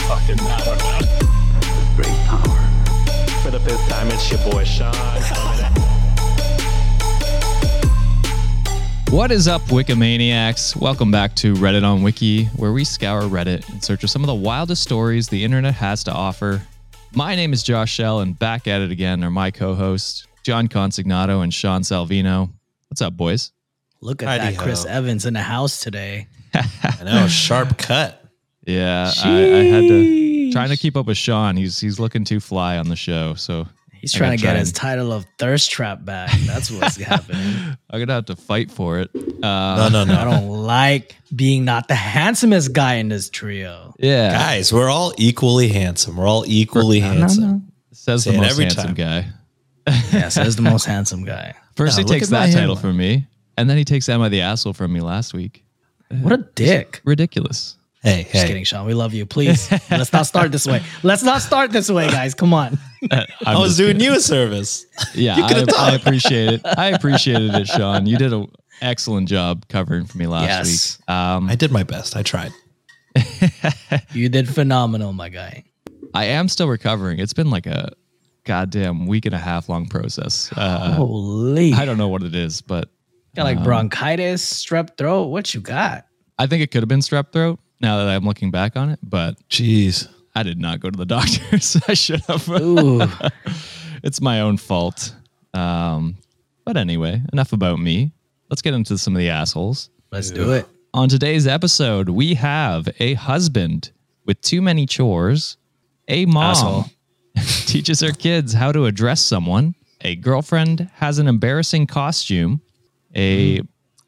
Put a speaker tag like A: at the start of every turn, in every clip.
A: power. Great power. For the fifth time, it's your boy Sean. coming at-
B: What is up, Wikimaniacs? Welcome back to Reddit on Wiki, where we scour Reddit in search of some of the wildest stories the internet has to offer. My name is Josh Shell, and back at it again are my co hosts, John Consignato and Sean Salvino. What's up, boys?
C: Look at
D: Hidey
C: that, Chris
D: ho.
C: Evans in the house today.
D: I know, sharp cut.
B: Yeah, I, I had to trying to keep up with Sean. He's he's looking too fly on the show, so
C: He's
B: I
C: trying
B: gotta
C: to get
B: try
C: his
B: and-
C: title of Thirst Trap back. That's what's happening.
B: I'm gonna have to fight for it. Uh,
D: No, no,
C: I
D: no.
C: don't like being not the handsomest guy in this trio.
B: yeah,
D: Guys, we're all equally handsome. We're all equally handsome.
B: says the
D: Say it
B: most
D: every
B: handsome
D: time.
B: guy.
C: Yeah, so he's the most handsome guy.
B: First,
D: No,
B: he
D: look
B: takes
D: at my
B: that title
D: hairline.
B: from me, and then he takes "Am I the Asshole" from me last week.
C: What a dick.
B: Ridiculous.
D: Hey,
C: Just
D: hey.
C: kidding, Sean. We love you. Please, let's not start this way. Let's not start this way, guys. Come on.
B: i
D: I was doing you a service.
B: Yeah,
D: you could've
B: I, I
D: done.
B: appreciate it. I appreciated it, Sean. You did an excellent job covering for me last
C: Yes.
B: week. Um,
D: I did my best. I tried.
C: You did phenomenal, my guy.
B: I am still recovering. It's been like a goddamn week and a half long process. Uh,
C: Holy.
B: I don't know what it is, but
C: got like bronchitis, strep throat. What you got?
B: I think it could have been strep throat. Now that I'm looking back on it, but
D: Jeez.
B: I did not go to the doctor, so I should have.
C: Ooh.
B: it's my own fault. Um, but anyway, enough about me. Let's get into some of the assholes.
C: Let's do it.
B: On today's episode, we have a husband with too many chores, a mom
C: Asshole.
B: teaches her kids how to address someone, a girlfriend has an embarrassing costume, a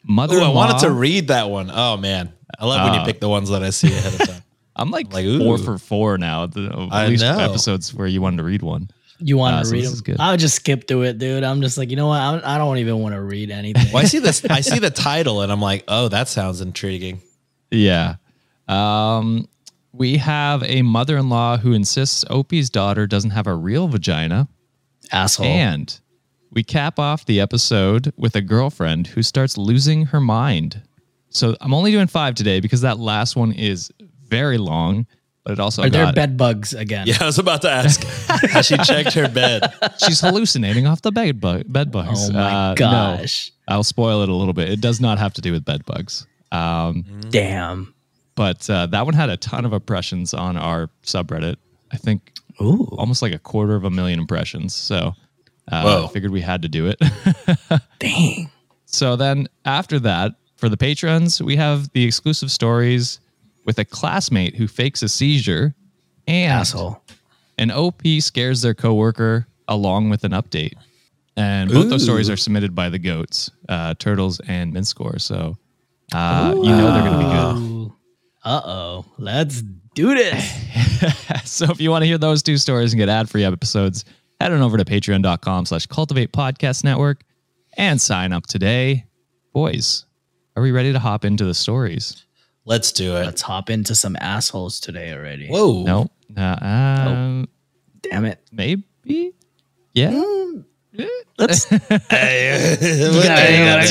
B: mother
D: Mm. Ooh, I
B: in law.
D: wanted to read that one. Oh man. I love
C: Ah.
D: when you pick the ones that I see ahead of time.
B: I'm like,
D: like, ooh.
B: four for four now. The, at
D: I
B: least
D: know.
B: episodes where you wanted to read one.
C: You want
B: Ah,
C: to
B: so
C: read
B: this is
C: them?
B: good.
C: I'll just skip through it, dude. I'm just like, you know what? I'm, I don't even want to read anything.
D: Well, I see this I see the title and I'm like, oh, that sounds intriguing.
B: Yeah. Um, we have a mother in law who insists Opie's daughter doesn't have a real vagina.
D: Oh.
C: Asshole.
B: And we cap off the episode with a girlfriend who starts losing her mind. So I'm only doing five today because that last one is very long, but it also
C: Are there
B: got-
C: bed bugs again?
D: Yeah, I was about to ask. Has she checked her bed?
B: she's hallucinating off the bed, bu- bed bugs.
C: Oh my
B: Uh, no.
C: gosh.
B: I'll spoil it a little bit. It does not have to do with bed bugs.
C: Damn.
B: But uh, that one had a ton of impressions on our subreddit. I think
C: Ooh.
B: almost like a quarter of a million impressions. So uh,
D: Whoa.
B: I figured we had to do it.
C: Dang.
B: so then after that, for the patrons, we have the exclusive stories with a classmate who fakes a seizure and
C: Asshole.
B: an OP scares their coworker along with an update. And both those
D: Ooh.
B: stories are submitted by the goats, uh, turtles and Minscore. So uh, you know they're going to be good.
C: Uh oh. Let's do this.
B: So if you want to hear those two stories and get ad-free episodes, head on over to patreon.com slash cultivate podcast network and sign up today. Boys, are we ready to hop into the stories?
D: Let's do it.
C: Let's hop into some assholes today already.
D: Whoa.
B: No. Uh, um,
C: Damn it.
B: Maybe? Yeah.
D: Mm.
C: gotta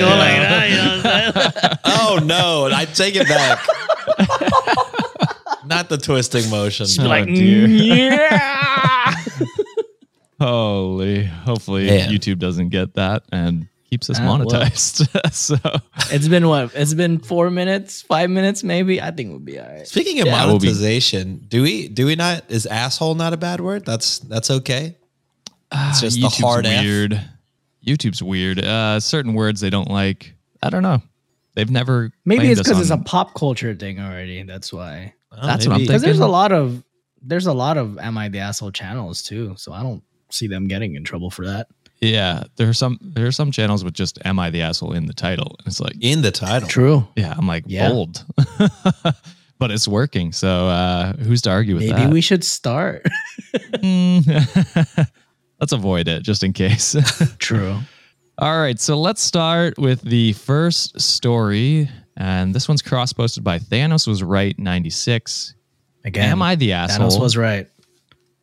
C: go like
D: Oh no, I take it back. Not the twisting motion.
B: like, dear.
C: "Mm,
B: Holy. Hopefully
D: Man. Uh,
B: YouTube doesn't get that and keeps us
C: Ah, well.
B: monetized. so
C: It's been what? It's been four minutes, five minutes, maybe. I think we'll be all right.
D: Speaking of
B: Yeah, we'll be-
D: monetization, do we do we not is asshole not a bad word? That's that's okay. It's just the
B: YouTube's
D: hard F.
B: weird. YouTube's weird. Uh, certain words they don't like. I don't know. They've never
C: Maybe
B: blamed
C: it's
B: us
C: because it's a
B: on-
C: pop culture thing already. That's why.
D: Oh,
B: That's what I'm
D: maybe-
C: Because there's a
B: thinking-
C: lot of there's a lot of am I the asshole channels too. So I don't see them getting in trouble for that.
B: Yeah, there are some there are some channels with just "Am I the asshole?" in the title. And it's like,
D: in the title.
C: True.
B: yeah, I'm like
C: Yeah.
B: bold, but it's working. So uh, who's to argue with
C: Maybe
B: that?
C: we should start.
B: Mm. Let's avoid it just in case.
C: True.
B: All right, so let's start with the first story, and this one's cross posted by Thanos was right ninety six.
C: Again,
B: Am I the asshole?
C: Thanos was right.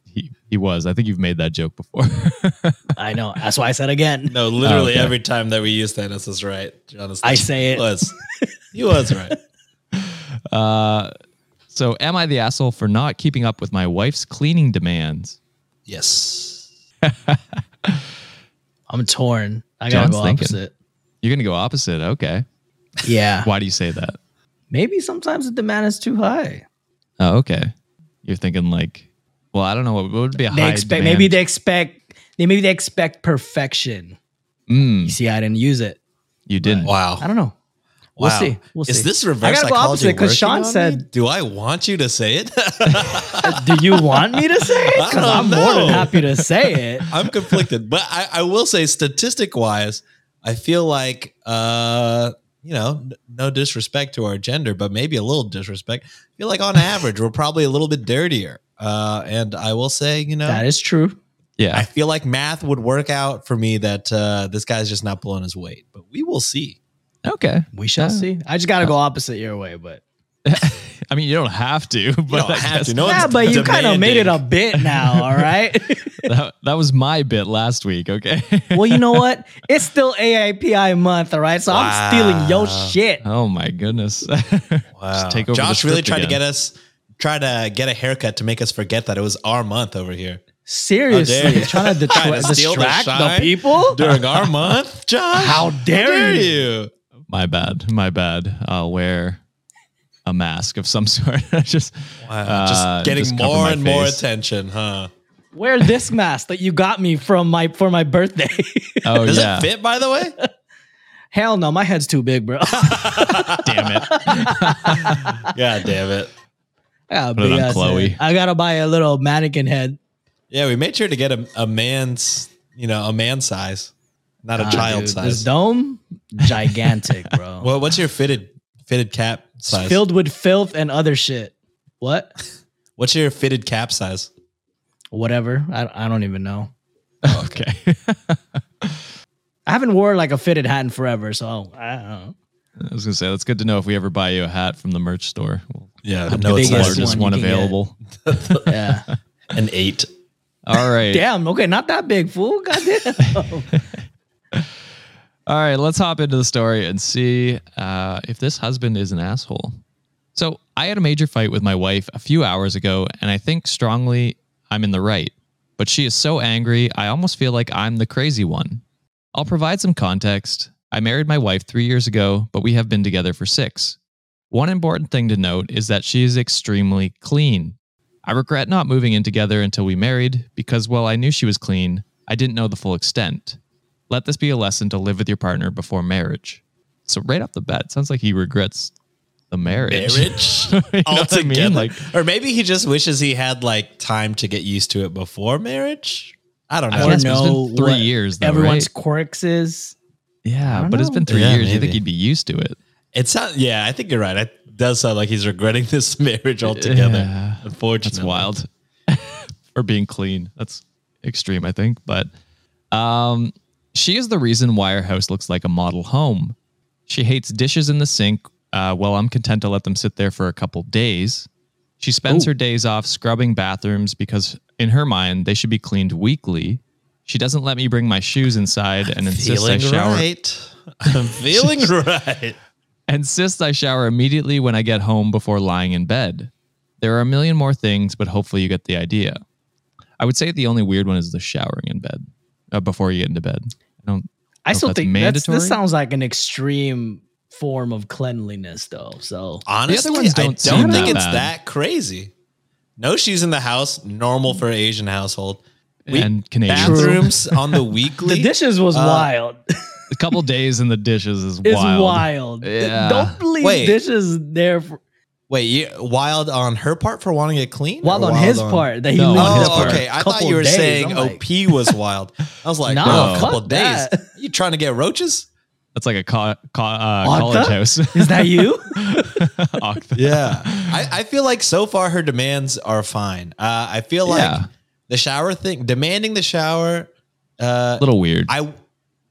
B: he, he was. I think you've made that joke before.
C: I know. That's why I said again.
D: No, literally
B: Oh, okay.
D: every time that we use Thanos is right. Jonathan.
C: I say
D: He
C: it.
D: was. He was right.
B: So, am I the asshole for not keeping up with my wife's cleaning demands?
D: Yes.
C: I'm torn. I gotta
B: John's
C: go
B: thinking.
C: opposite.
B: You're going to go opposite. Okay.
C: Yeah.
B: Why do you say that?
C: Maybe sometimes the demand is too high.
B: Oh, okay. You're thinking like, well, I don't know what, what would be a
C: They
B: high
C: expect
B: demand?
C: maybe they expect they maybe they expect perfection. You
B: Mm,
C: see, I didn't use it.
B: you didn't.
D: Wow.
C: I don't know. We'll see. We'll
D: Is
C: see.
D: this reverse
C: I gotta go
D: psychology
C: opposite, 'cause
D: working
C: Sean
D: on me?
C: said-
D: Do I want you to say it?
C: Do you want me to say it?
D: I don't
C: Because I'm more
D: know.
C: than happy to say it.
D: I'm conflicted, but I, I will say, statistic wise, I feel like, uh, you know, n- no disrespect to our gender, but maybe a little disrespect. I feel like on average, we're probably a little bit dirtier. Uh, and I will say, you know,
C: That is true.
D: I
B: Yeah.
D: feel like math would work out for me that uh, this guy's just not pulling his weight, but we will see.
B: Okay.
C: We shall
B: Yeah.
C: see. I just gotta go opposite your way, but
B: I mean, you don't have to, but
D: don't
B: I
D: have
B: guess
D: to. No
C: yeah,
D: one's
C: but you kind of made it
D: demanding.
C: a bit now. All right.
B: that, that was my bit last week. Okay.
C: well, you know what? It's still AIPI month. All right, so I'm stealing your
D: Wow.
C: shit.
B: oh my goodness. Just take over the
D: Josh really
B: script
D: tried to
B: again.
D: get us, try to get a haircut to make us forget that it was our month over here. How dare
C: Seriously,
D: you.
C: trying to,
D: Trying to
C: detra-
D: steal the
C: distract the,
D: shine.
C: people.
D: During our month, Josh?
C: How dare you.
D: you?
B: My bad. My bad. I'll wear a mask of some sort. I just
D: Wow, just
B: uh,
D: getting
B: just cover
D: more
B: my
D: and more
B: face.
D: attention, huh?
C: Wear this mask that you got me from my for my birthday.
B: Oh
D: Does
B: yeah.
D: it fit, by the way?
C: Hell no, my head's too big, bro.
B: Damn it.
D: God damn it.
C: Yeah,
B: Put it on
C: BS,
B: Chloe.
C: man. I gotta buy a little mannequin head.
D: Yeah, we made sure to get a, a man's, you know, a man size, not a
C: Nah,
D: child
C: Ah, dude, This
D: size.
C: dome, gigantic, bro.
D: Well, what's your fitted fitted cap
C: It's
D: size?
C: filled with filth and other shit. What?
D: what's your fitted cap size?
C: Whatever. I, I don't even know.
B: okay.
C: I haven't worn like a fitted hat in forever, so I don't know.
B: I was gonna say that's good to know if we ever buy you a hat from the merch store. We'll
D: Yeah,
B: know it's the
C: biggest
B: largest
C: one
B: one,
C: you can get.
B: available.
C: Yeah.
D: an eight.
B: All right.
C: Damn. Okay, not that big, fool. Goddamn.
B: All right, let's hop into the story and see uh, if this husband is an asshole. So, I had a major fight with my wife a few hours ago, and I think strongly I'm in the right. But she is so angry, I almost feel like I'm the crazy one. I'll provide some context. I married my wife three years ago, but we have been together for six. One important thing to note is that she is extremely clean. I regret not moving in together until we married because while I knew she was clean, I didn't know the full extent let this be a lesson to live with your partner before marriage. So right off the bat, it sounds like he regrets the marriage.
D: Marriage
B: You know what I mean?
D: altogether,
B: Like-
D: or maybe he just wishes he had like time to get used to it before marriage. I don't know.
B: I
C: or
B: guess, but it's been
C: know
B: three
C: what
B: years, though,
C: everyone's
B: right?
C: quirks is. I
B: Yeah,
C: don't
B: but it's been
C: know.
B: three
D: Yeah,
B: years. You think
D: maybe.
B: he'd be used to it?
D: It sounds, yeah, I think you're right. It does sound like he's regretting this marriage altogether.
B: Yeah.
D: unfortunately,
B: That's wild. or being clean. That's extreme, I think. But um, she is the reason why her house looks like a model home. She hates dishes in the sink. Uh, well, I'm content to let them sit there for a couple days. She spends her days off scrubbing bathrooms because, in her mind, they should be cleaned weekly. She doesn't let me bring my shoes inside and insists I
D: Feeling
B: shower
D: right. I'm feeling right.
B: and insists I shower immediately when I get home before lying in bed. There are a million more things, but hopefully you get the idea. I would say the only weird one is the showering in bed uh, before you get into bed. I don't.
C: I
B: know if
C: still
B: that's
C: think that's,
B: mandatory.
C: this sounds like an extreme form of cleanliness, though. So
D: Honestly,
B: ones
D: I
B: don't
D: don't
B: seem
D: think
B: that
D: it's
B: bad.
D: that crazy. No shoes in the house, normal for an Asian household. We-
B: and Canadians.
D: bathrooms on the weekly.
C: the dishes was wild.
B: A couple days in the dishes is
C: It's
B: wild.
C: wild.
B: Yeah.
C: Don't leave
D: Wait.
C: dishes there. For,
D: Wait, you, wild on her part for wanting it clean? or
C: wild on his part that he
B: No,
C: leaves
B: on
D: oh,
B: his
C: for a
B: part.
D: okay. I thought
C: couple
D: you were
C: days.
D: saying
C: I'm like,
D: OP was wild. I was like,
C: Nah,
D: oh, a
C: fuck
D: couple days.
C: that.
D: You trying to get roaches?
B: That's like a co- co- uh,
C: What
B: college
C: the?
B: house.
C: Is that you?
B: Octa-
D: Yeah. I, I feel like so far her demands are fine. Uh, I feel like
B: Yeah.
D: the shower thing, demanding the shower, uh,
B: A little weird.
D: I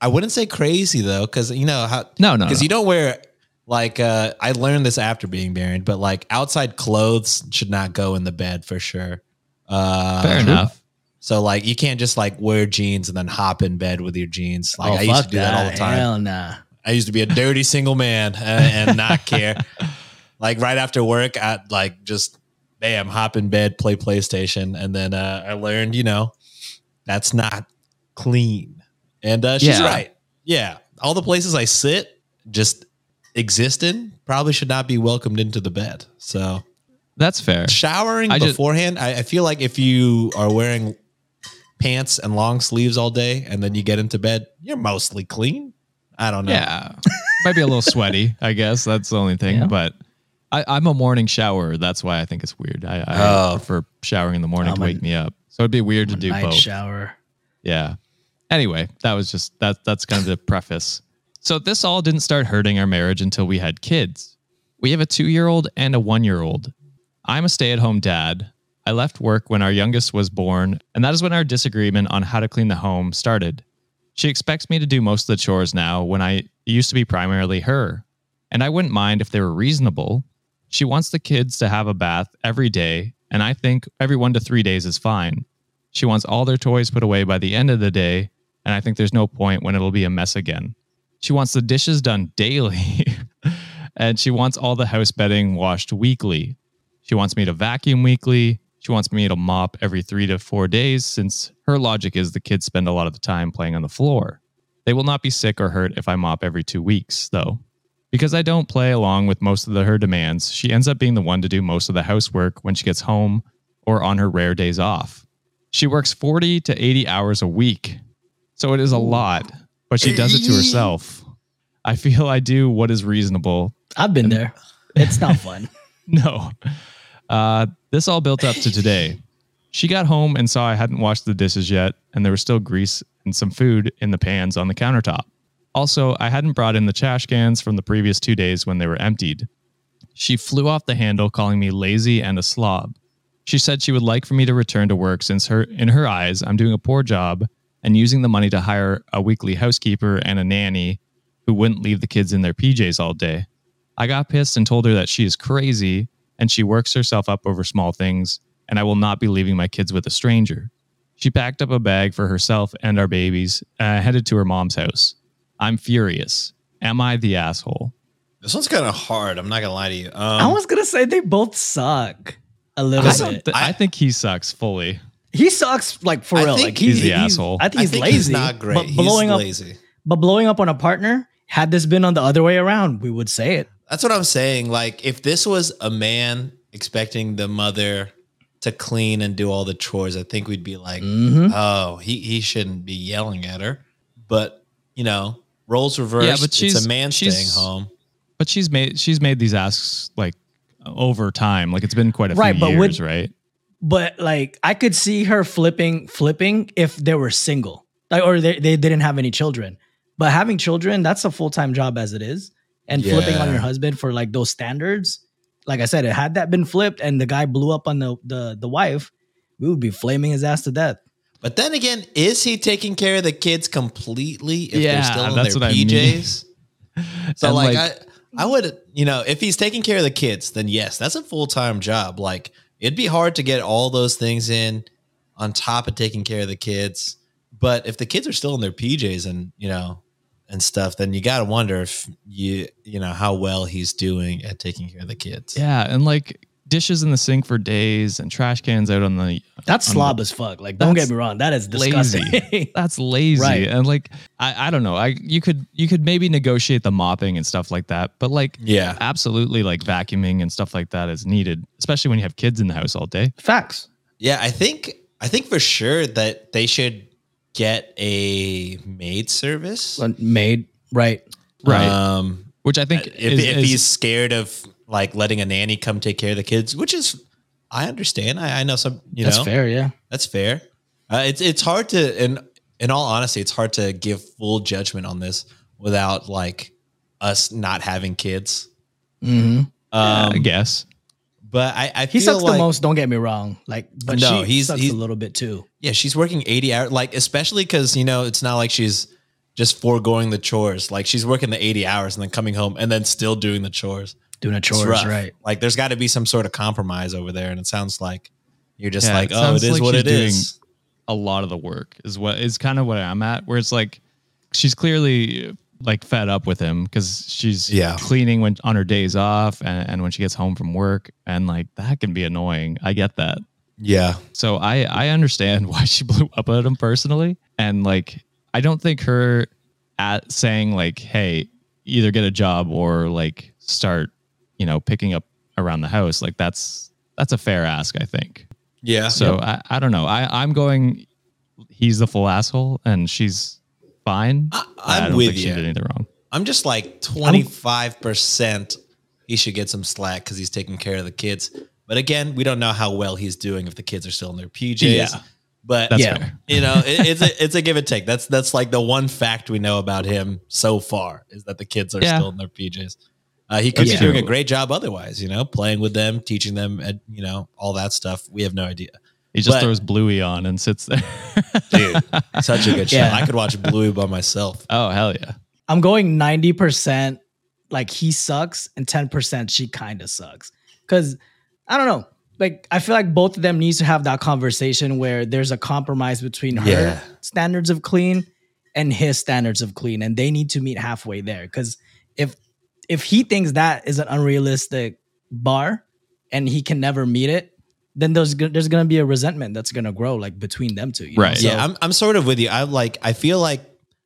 D: I wouldn't say crazy though, because you know how
B: No, no,
D: because
B: no.
D: you don't wear like uh I learned this after being married, but like outside clothes should not go in the bed for sure. Uh
B: Fair enough.
D: So like you can't just like wear jeans and then hop in bed with your jeans. Like
C: oh,
D: I
C: fuck
D: used to do that. all the time.
C: Hell nah.
D: I used to be a dirty single man uh, and not care. like right after work, I like just bam, hop in bed, play PlayStation, and then uh, I learned, you know, that's not clean. And uh, she's
B: Yeah.
D: right. Yeah, all the places I sit just exist in probably should not be welcomed into the bed. So
B: That's fair.
D: showering
B: I just-
D: beforehand, I, I feel like if you are wearing pants and long sleeves all day and then you get into bed, you're mostly clean. I don't know.
B: Yeah. Might be a little sweaty, I guess. That's the only thing.
C: Yeah.
B: But I, I'm a morning shower. That's why I think it's weird. I, I
D: Oh.
B: prefer showering in the morning
C: I'm
B: to
C: a-
B: wake me up. So it'd be weird to do
C: night
B: both.
C: shower.
B: Yeah. Anyway, that was just that that's kind of the preface. So this all didn't start hurting our marriage until we had kids. We have a 2-year-old and a 1-year-old. I'm a stay-at-home dad. I left work when our youngest was born, and that is when our disagreement on how to clean the home started. She expects me to do most of the chores now when I it used to be primarily her, and I wouldn't mind if they were reasonable. She wants the kids to have a bath every day, and I think every 1 to 3 days is fine. She wants all their toys put away by the end of the day, and I think there's no point when it'll be a mess again. She wants the dishes done daily, and she wants all the house bedding washed weekly. She wants me to vacuum weekly. She wants me to mop every three to four days, since her logic is the kids spend a lot of the time playing on the floor. They will not be sick or hurt if I mop every two weeks, though. Because I don't play along with most of the, her demands, she ends up being the one to do most of the housework when she gets home or on her rare days off. She works 40 to 80 hours a week. So it is a lot, but she does it to herself. I feel I do what is reasonable.
C: I've been there. It's not fun.
B: No. Uh, this all built up to today. She got home and saw I hadn't washed the dishes yet, and there was still grease and some food in the pans on the countertop. Also, I hadn't brought in the trash cans from the previous two days when they were emptied. She flew off the handle, calling me lazy and a slob. She said she would like for me to return to work since her in her eyes I'm doing a poor job and using the money to hire a weekly housekeeper and a nanny who wouldn't leave the kids in their PJs all day. I got pissed and told her that she is crazy and she works herself up over small things and I will not be leaving my kids with a stranger. She packed up a bag for herself and our babies and I headed to her mom's house. I'm furious. Am I the asshole?
D: This one's kind of hard. I'm not gonna lie to you. Um,
C: I was gonna say they both suck a little
B: I,
C: bit.
B: don't thi-
D: I-
B: I think he sucks fully.
C: he sucks like for
D: I
C: real.
D: think
C: Like
B: he's the asshole.
C: I think he's
D: think
C: lazy.
D: He's not great.
C: But blowing
D: he's
C: up,
D: lazy.
C: but blowing up on a partner. Had this been on the other way around, we would say it.
D: That's what I'm saying. Like, if this was a man expecting the mother to clean and do all the chores, I think we'd be like,
B: Mm.
C: Mm-hmm.
D: oh, he, he shouldn't be yelling at her. But, you know, roles reversed.
B: Yeah, but she's-
D: it's a man
B: she's-
D: staying home.
B: But she's made she's made these asks like over time. Like it's been quite a
C: Right,
B: few
C: but
B: years,
C: would-
B: right?
C: But like, I could see her flipping, flipping if they were single, like, or they, they didn't have any children. But having children, that's a full time job as it is, and flipping on
D: Yeah.
C: your husband for like those standards. Like I said, it had that been flipped, and the guy blew up on the the the wife, we would be flaming his ass to death.
D: But then again, is he taking care of the kids completely if
B: Yeah,
D: they're still in
B: that's
D: their
B: what I mean.
D: PJs? So
B: And,
D: like,
B: like-
D: I I would you know, if he's taking care of the kids, then yes, that's a full-time job. Like it'd be hard to get all those things in on top of taking care of the kids. But if the kids are still in their PJs and, you know, and stuff, then you got to wonder if you, you know, how well he's doing at taking care of the kids.
B: Yeah, and like dishes in the sink for days and trash cans out on the
C: That's
B: on
C: slob as fuck. Like, don't
B: That's
C: get me wrong. That is
B: lazy.
C: disgusting.
B: that's lazy
C: Right.
B: and like I, I don't know i you could you could maybe negotiate the mopping and stuff like that but like
D: Yeah.
B: absolutely like vacuuming and stuff like that is needed especially when you have kids in the house all day
C: Facts.
D: Yeah, I think I think for sure that they should get a maid service.
C: Uh, Made right.
D: Um
B: Uh, which i think
D: if,
B: is,
D: if
B: is-
D: he's scared of like letting a nanny come take care of the kids, which is, I understand. I, I know some, you
C: That's
D: know,
C: fair. Yeah.
D: that's fair. Uh, it's it's hard to, in in all honesty, it's hard to give full judgment on this without like us not having kids.
C: Mm-hmm.
D: Um,
B: i guess
D: but I, I
C: He
D: feel
C: sucks
D: like,
C: the most. Don't get me wrong. Like, but
D: No,
C: she
D: he's-
C: sucks
D: he's-
C: a little bit too.
D: Yeah, she's working eighty hours, like especially because you know it's not like she's just foregoing the chores. Like she's working the eighty hours and then coming home and then still doing the chores.
C: Doing a
D: It's
C: chores,
D: rough.
C: right?
D: Like there's got to be some sort of compromise over there, and it sounds like you're just
B: Yeah,
D: like,
B: it
D: oh, it
B: sounds
D: is
B: like
D: what
B: she's
D: it is.
B: a lot of the work is what is kind of what i'm at where it's like she's clearly like fed up with him because she's
D: Yeah.
B: cleaning when on her days off and, and when she gets home from work and like that can be annoying. I get that.
D: Yeah.
B: So I I understand why she blew up at him personally, and like I don't think her at saying like, hey, either get a job or like start, you know, picking up around the house. Like that's that's a fair ask, I think.
D: Yeah.
B: So I I don't know. I I'm going. He's the full asshole, and she's fine.
D: I-
B: I
D: I'm
B: don't
D: with
B: think She
D: you.
B: did anything wrong.
D: I'm just like 25%. He should get some slack because he's taking care of the kids. But again, we don't know how well he's doing if the kids are still in their PJs.
C: Yeah.
D: But
B: That's
C: Yeah.
B: fair.
D: you know, it, it's a, it's a give and take. That's that's like the one fact we know about him so far is that the kids are
B: Yeah.
D: still in their PJs. Uh, he could
C: That's
D: be doing
B: true.
D: a great job otherwise, you know, playing with them, teaching them, and you know, all that stuff. We have no idea.
B: He just
D: But-
B: throws Bluey on and sits there.
D: Dude, such a good show.
C: Yeah.
D: I could watch Bluey by myself.
B: oh hell yeah!
C: I'm going 90% like he sucks and 10% she kind of sucks. Cuz I don't know. Like I feel like both of them needs to have that conversation where there's a compromise between her
D: Yeah.
C: standards of clean and his standards of clean and they need to meet halfway there cuz if if he thinks that is an unrealistic bar and he can never meet it then there's go- there's going to be a resentment that's going to grow like between them two. you know?
B: Right.
C: So-
D: yeah, I'm, I'm sort of with you. I like I feel like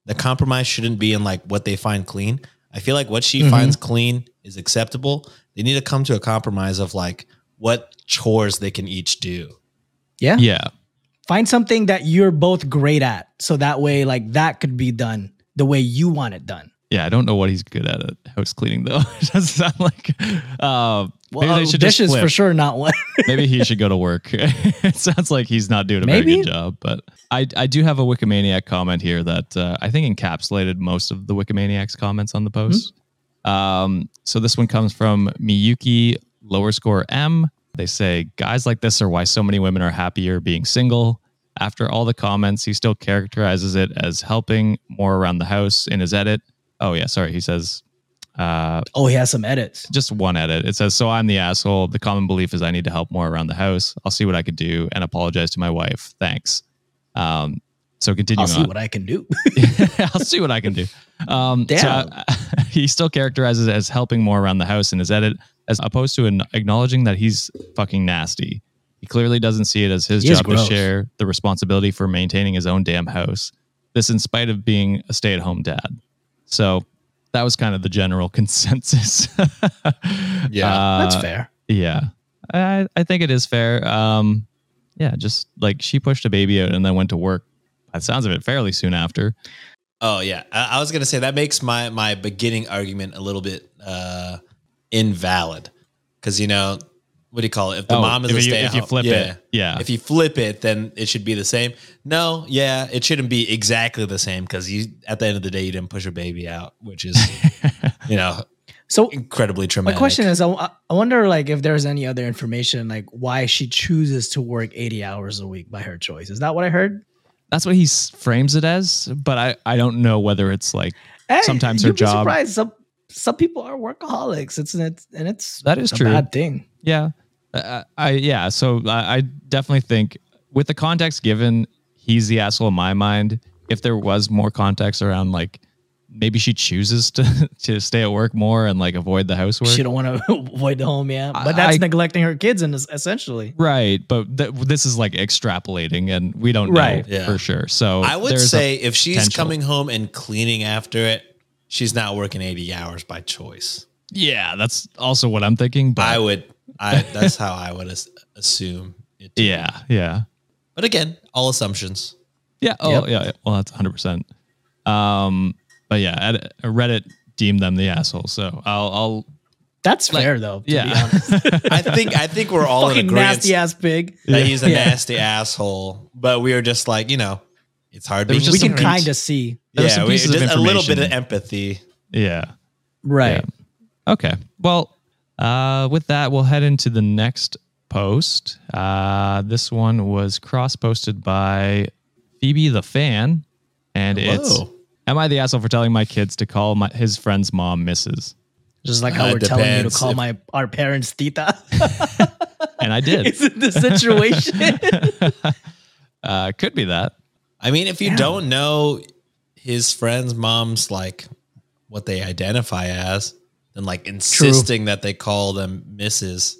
D: the compromise shouldn't be in like what they find clean. I feel like what she
C: Mhm.
D: finds clean is acceptable. They need to come to a compromise of like what chores they can each do.
C: yeah.
B: Yeah,
C: find something that you're both great at so that way like that could be done the way you want it done
B: Yeah, I don't know what he's good at at house cleaning though. it doesn't sound like. Uh, maybe they
C: uh,
B: should just
C: dishes for
B: flip.
C: sure not one
B: maybe he should go to work. it sounds like he's not doing a very
C: Maybe.
B: good job. But I, I do have a Wikimaniac comment here that uh, I think encapsulated most of the Wikimaniac's comments on the post. Um, so this one comes from Miyuki lower score M. They say guys like this are why so many women are happier being single. After all the comments, he still characterizes it as helping more around the house in his edit. Oh yeah, sorry. He says uh,
C: oh he has some edits
B: just one edit. It says, So I'm the asshole. The common belief is I need to help more around the house. I'll see what I could do and apologize to my wife. Thanks. Um, so
C: i'll
B: continuing
C: see
B: on.
C: what i can do
B: I'll see what I can do. Um, so
C: Damn.
B: I- he still characterizes it as helping more around the house in his edit, as opposed to an acknowledging that he's fucking nasty. He clearly doesn't see it as his
C: He is
B: job to
C: gross.
B: share the responsibility for maintaining his own damn house. This, in spite of being a stay at home dad. So that was kind of the general consensus.
D: Yeah.
C: that's
B: Uh,
C: fair
B: yeah, I, I think it is fair. Um, yeah, just like she pushed a baby out and then went to work. By the sounds of it, fairly soon after.
D: Oh yeah, I, I was gonna say that makes my my beginning argument a little bit uh invalid because you know what do you call it? If the
B: Oh,
D: mom is
B: if
D: a
B: you-
D: stay
B: if you flip it, yeah.
D: If you flip it, then it should be the same. No, yeah, it shouldn't be exactly the same because you at the end of the day you didn't push your baby out, which is you know
C: so
D: incredibly
C: my
D: traumatic.
C: question is I, I wonder like if there's any other information like why she chooses to work 80 hours a week by her choice is that what i heard
B: That's what he s- frames it as, but I, I don't know whether it's like
C: Hey,
B: Sometimes her
C: you'd be
B: job-
C: surprised. some some people are workaholics it's and it's, and it's
B: That is
C: a
B: true.
C: bad thing
B: yeah, uh, I yeah. So I, I definitely think with the context given, he's the asshole in my mind. If there was more context around like maybe she chooses to to stay at work more and like avoid the housework,
C: she don't want to avoid the home yeah but that's
B: I-
C: neglecting her kids and essentially
B: Right, but th- this is like extrapolating, and we don't
C: Right.
B: know
D: Yeah.
B: for sure. So
D: I would
B: there's a-
D: say if she's
B: potential.
D: coming home and cleaning after it, she's not working eighty hours by choice.
B: yeah, that's also what I'm thinking. But
D: I would, I that's how I would as- assume it. to be.
B: yeah, yeah,
D: But again, all assumptions.
B: yeah. Oh,
C: Yep.
B: yeah, yeah. Well, that's 100. percent Um, but yeah, Ed- uh, Reddit deemed them the asshole. So I'll, I'll
C: that's fair though to be
B: yeah,
C: honest.
D: I think I think we're all in
C: fucking
D: agreement
C: nasty
D: that
C: ass pig.
D: he's a
C: Yeah.
D: nasty asshole. But we are just like you know, it's hard.
B: There was
D: being
C: We
B: just
C: can
B: some
D: different.
C: kind of see.
B: there were
D: yeah,
B: some
D: we,
B: pieces of
D: just a little bit of
B: information.
D: empathy.
B: yeah.
C: Right.
B: Okay. Well, uh, with that, we'll head into the next post. Uh, this one was cross posted by Phoebe the fan, and it's
D: Whoa.
B: Am I the asshole for telling my kids to call my, his friend's mom Mrs.?
C: Just like how
D: Uh,
C: we're telling you
D: depends
C: to call
D: if-
C: my our parents tita.
B: And I did.
C: Is it the situation?
B: uh, could be that.
D: I mean, if you don't know his friend's mom's like what they identify as, then like insisting that they call them Mrs.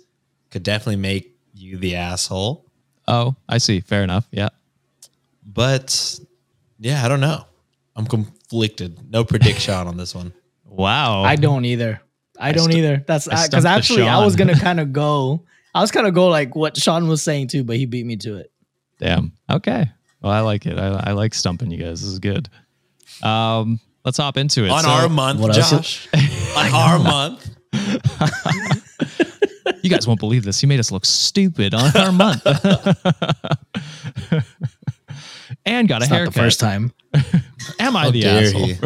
D: could definitely make you the asshole.
B: Oh, I see. Fair enough. Yeah.
D: But yeah, I don't know. I'm conflicted. No prediction on this one.
B: Wow.
C: I don't either. I, don't
B: stu-
C: either. That's
B: I stumped
C: because
B: the
C: actually I
B: Sean.
C: was gonna kind of go. I was kind of go like what Sean was saying too, but he beat me to it.
B: Damn. Okay. Well, I like it. I, I like stumping you guys. This is good. Um, let's hop into it.
D: on
B: So,
D: our month,
C: What else?
D: Josh. on our month.
B: you guys won't believe this. You made us look stupid on our month. and got a
C: It's not the
B: haircut.
C: first time.
B: Am I
D: How
B: the
D: dare
B: asshole?
D: he.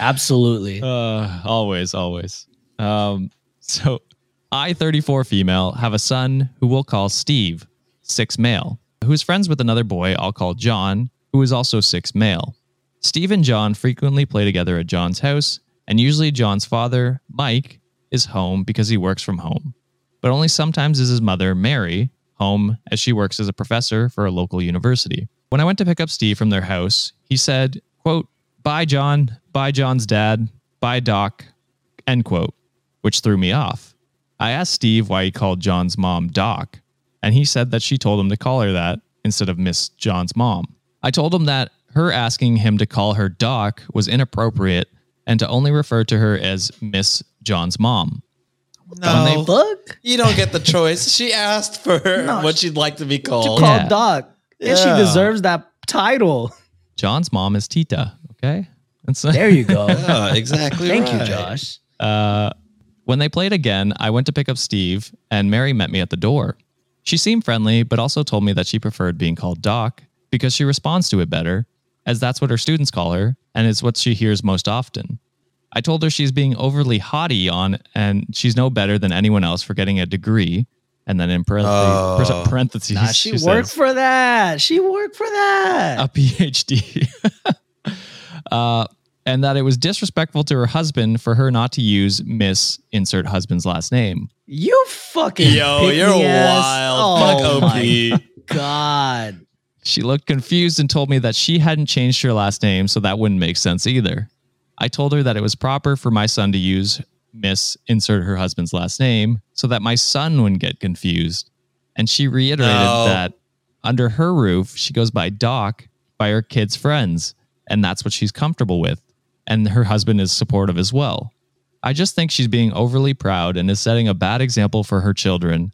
C: Absolutely.
B: Uh, always, always. Um, so I, 34 female, have a son who we'll call Steve, six male, who's friends with another boy I'll call John, who is also six male. Steve and John frequently play together at John's house, and usually John's father, Mike, is home because he works from home. But only sometimes is his mother, Mary, home as she works as a professor for a local university. When I went to pick up Steve from their house, he said, quote, Bye, John. Bye, John's dad. Bye, Doc. End quote, which threw me off. I asked Steve why he called John's mom Doc, and he said that she told him to call her that instead of Miss John's mom. I told him that her asking him to call her Doc was inappropriate and to only refer to her as Miss John's mom.
D: No,
C: Fuck.
D: you don't get the choice. She asked for
C: No,
D: what she'd like to be
C: You
D: called.
B: call-
C: called
B: Yeah.
C: Doc. And she
D: Yeah.
C: deserves that title.
B: John's mom is Tita, okay? That's
C: There you go.
D: Yeah, exactly.
C: Thank you,
D: right.
C: Josh.
B: When they played again, I went to pick up Steve, and Mary met me at the door. She seemed friendly, but also told me that she preferred being called Doc because she responds to it better, as that's what her students call her, and it's what she hears most often. I told her she's being overly haughty on, and she's no better than anyone else for getting a degree. And then in parentheses,
D: Oh.
B: parentheses
C: Nah, she,
B: says,
C: worked for that. She worked for that.
B: a PhD. uh, and that it was disrespectful to her husband for her not to use Miss insert husband's last name.
C: You fucking
D: Yo, you're
C: pygmy ass.
D: wild.
C: Oh
D: Fuck
C: my
D: OP.
C: god.
B: She looked confused and told me that she hadn't changed her last name, so that wouldn't make sense either. I told her that it was proper for my son to use Miss insert her husband's last name so that my son wouldn't get confused. And she reiterated
D: No.
B: that under her roof, she goes by Doc by her kids' friends, and that's what she's comfortable with. And her husband is supportive as well. I just think she's being overly proud and is setting a bad example for her children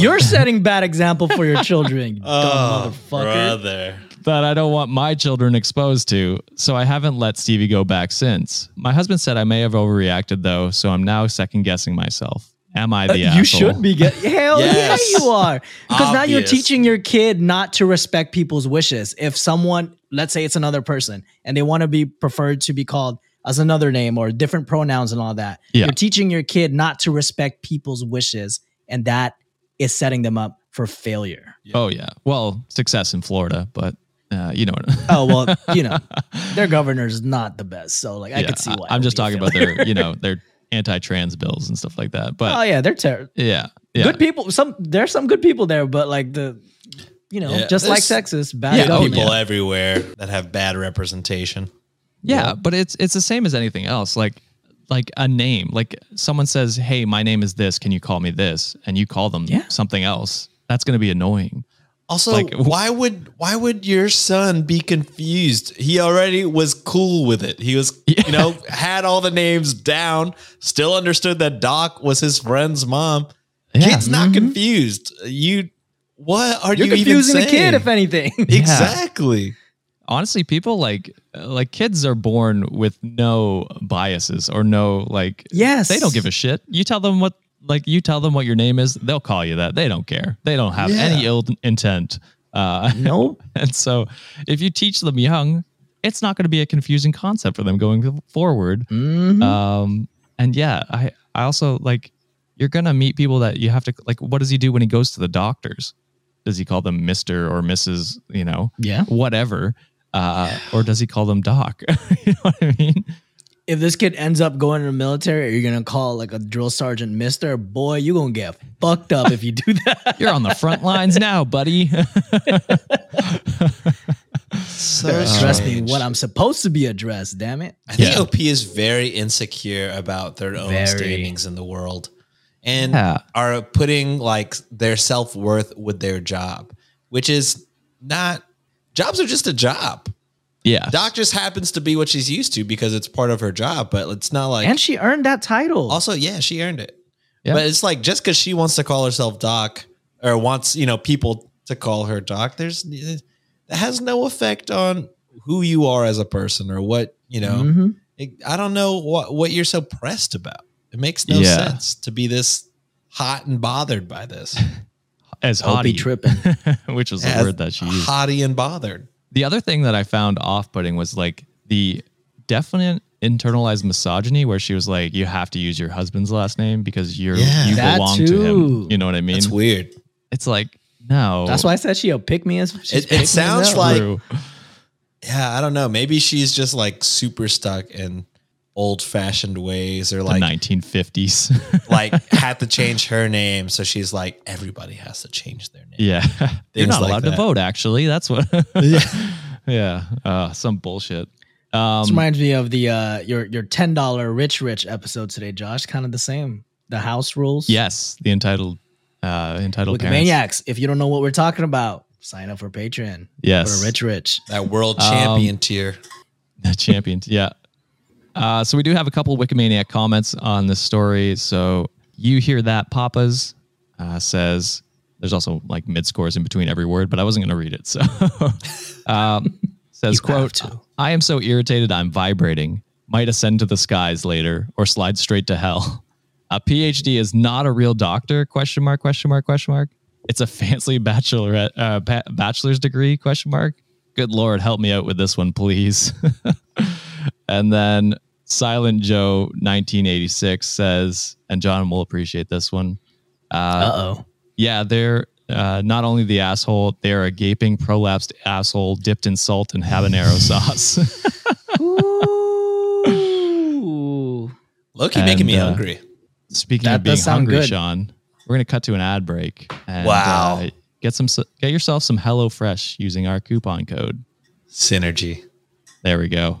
C: You're setting bad example for your children, you dumb motherfucker.
D: Oh, brother.
B: that I don't want my children exposed to, so I haven't let Stevie go back since. My husband said I may have overreacted though, so I'm now second guessing myself. Am I the asshole?
C: Uh, You should be get hell
D: Yes.
C: yeah you are because now you're
D: Obvious.
C: teaching your kid not to respect people's wishes. If someone, let's say it's another person, and they want to be preferred to be called as another name or different pronouns and all that,
B: Yeah.
C: you're teaching your kid not to respect people's wishes, and that is setting them up for failure.
B: Oh yeah. Well, success in Florida, but uh, you know what?
C: Oh well, you know their governor's not the best, so like I
B: yeah,
C: could see why. it
B: I'm
C: would
B: just
C: be a
B: talking about
C: failure.
B: their, you know, their anti-trans bills and stuff like that. But
C: Oh yeah, they're terrible.
B: yeah, yeah.
C: Good people. Some there's some good people there, but like the, you know,
D: Yeah,
C: just like
D: there's-
C: Texas, bad
B: yeah,
C: government.
D: People everywhere that have bad representation.
B: Yeah, but it's it's the same as anything else. Like like a name. Like someone says, "Hey, my name is this. Can you call me this?" And you call them
C: Yeah.
B: something else. That's going to be annoying.
D: Also,
B: Like-
D: why would why would your son be confused? He already was cool with it. He was, you know, had all the names down. Still understood that Doc was his friend's mom.
B: Yeah.
D: Kid's not confused. You, what are
C: You're
D: you
C: confusing
D: even
C: the kid,
D: saying?
C: if anything.
D: exactly.
B: honestly people like like kids are born with no biases or no like
C: yes,
B: they don't give a shit you tell them what like you tell them what your name is they'll call you that they don't care they don't have
D: Yeah.
B: any ill intent uh
C: no.
B: and so if you teach them young it's not going to be a confusing concept for them going forward
C: Mhm.
B: um and yeah i i also like you're gonna meet people that you have to like what does he do when he goes to the doctors does he call them mr or mrs you know
C: Yeah.
B: whatever uh or does he call them doc you know what i mean
C: If this kid ends up going to the military, you're gonna call like a drill sergeant, Mister. Boy, you gonna get fucked up if you do that.
B: you're on the front lines now buddy
D: so
C: Address me
D: strange.
C: what I'm supposed to be addressed. Damn it.
D: I think
B: Yeah.
D: OP is very insecure about their own
C: Very.
D: standings in the world and
B: Yeah.
D: are putting like their self worth with their job, which is not jobs are just a job.
B: Yeah.
D: Doc just happens to be what she's used to because it's part of her job, but it's not like
C: and she earned that title.
D: also, yeah, she earned it.
B: Yeah.
D: But it's like just because she wants to call herself Doc or wants, you know, people to call her Doc, there's that has no effect on who you are as a person or what, you know.
C: Mhm.
D: It- I don't know what what you're so pressed about. It makes no
B: Yeah.
D: sense to be this hot and bothered by this.
B: As
C: I'll be
B: hottie,
C: tripping.
B: which was the
D: As
B: word that she used.
D: Hottie and bothered.
B: The other thing that I found off putting was like the definite internalized misogyny where she was like, you have to use your husband's last name because you're
D: Yeah.
B: you
C: That
B: belong to
C: too.
B: him. You know what I mean?
D: It's weird.
B: It's like, no.
C: That's why I said she'll pick me as she's
D: Oh. It- it
C: pick me as
D: sounds
C: hell.
D: like-
B: True.
D: Yeah, I don't know. Maybe she's just like super stuck in old fashioned ways or like
B: the 1950s.
D: like had to change her name. So she's like, everybody has to change their name.
B: yeah. You're not
D: like
B: allowed to
D: that.
B: vote, actually. That's what. yeah. Yeah. Uh, some bullshit.
C: This
B: Um,
C: reminds me of the uh your your ten dollar rich rich episode today, Josh. Kind of the same. The house rules.
B: yes. The entitled, uh, entitled parents.
C: Wikimaniacs. If you don't know what we're talking about, sign up for Patreon.
B: Yes.
C: For rich rich.
D: That world
B: Um,
D: champion tier.
B: The champions, yeah. Uh, so we do have a couple Wikimaniac comments on this story. So you hear that Papa's uh, says there's also like mid scores in between every word, but I wasn't going to read it. So um, says
C: You have
B: quote
C: to.
B: I am so irritated I'm vibrating. Might ascend to the skies later or slide straight to hell. A PhD is not a real doctor? Question mark? Question mark? Question mark? It's a fancy bachelorette uh, ba- bachelor's degree? Question mark? Good lord, help me out with this one, please. And then Silent Joe 1986 says, and John will appreciate this one.
C: Uh oh.
B: Yeah, they're uh, not only the asshole, they're a gaping, prolapsed asshole dipped in salt and habanero sauce.
C: Ooh.
D: Loki
B: and,
D: making me
B: uh,
D: hungry.
B: Speaking
C: That
B: of being
C: does sound
B: hungry,
C: good.
B: Sean, we're going to cut to an ad break. And,
D: Wow.
B: uh, get some, get yourself some HelloFresh using our coupon code.
D: Synergy.
B: There we go.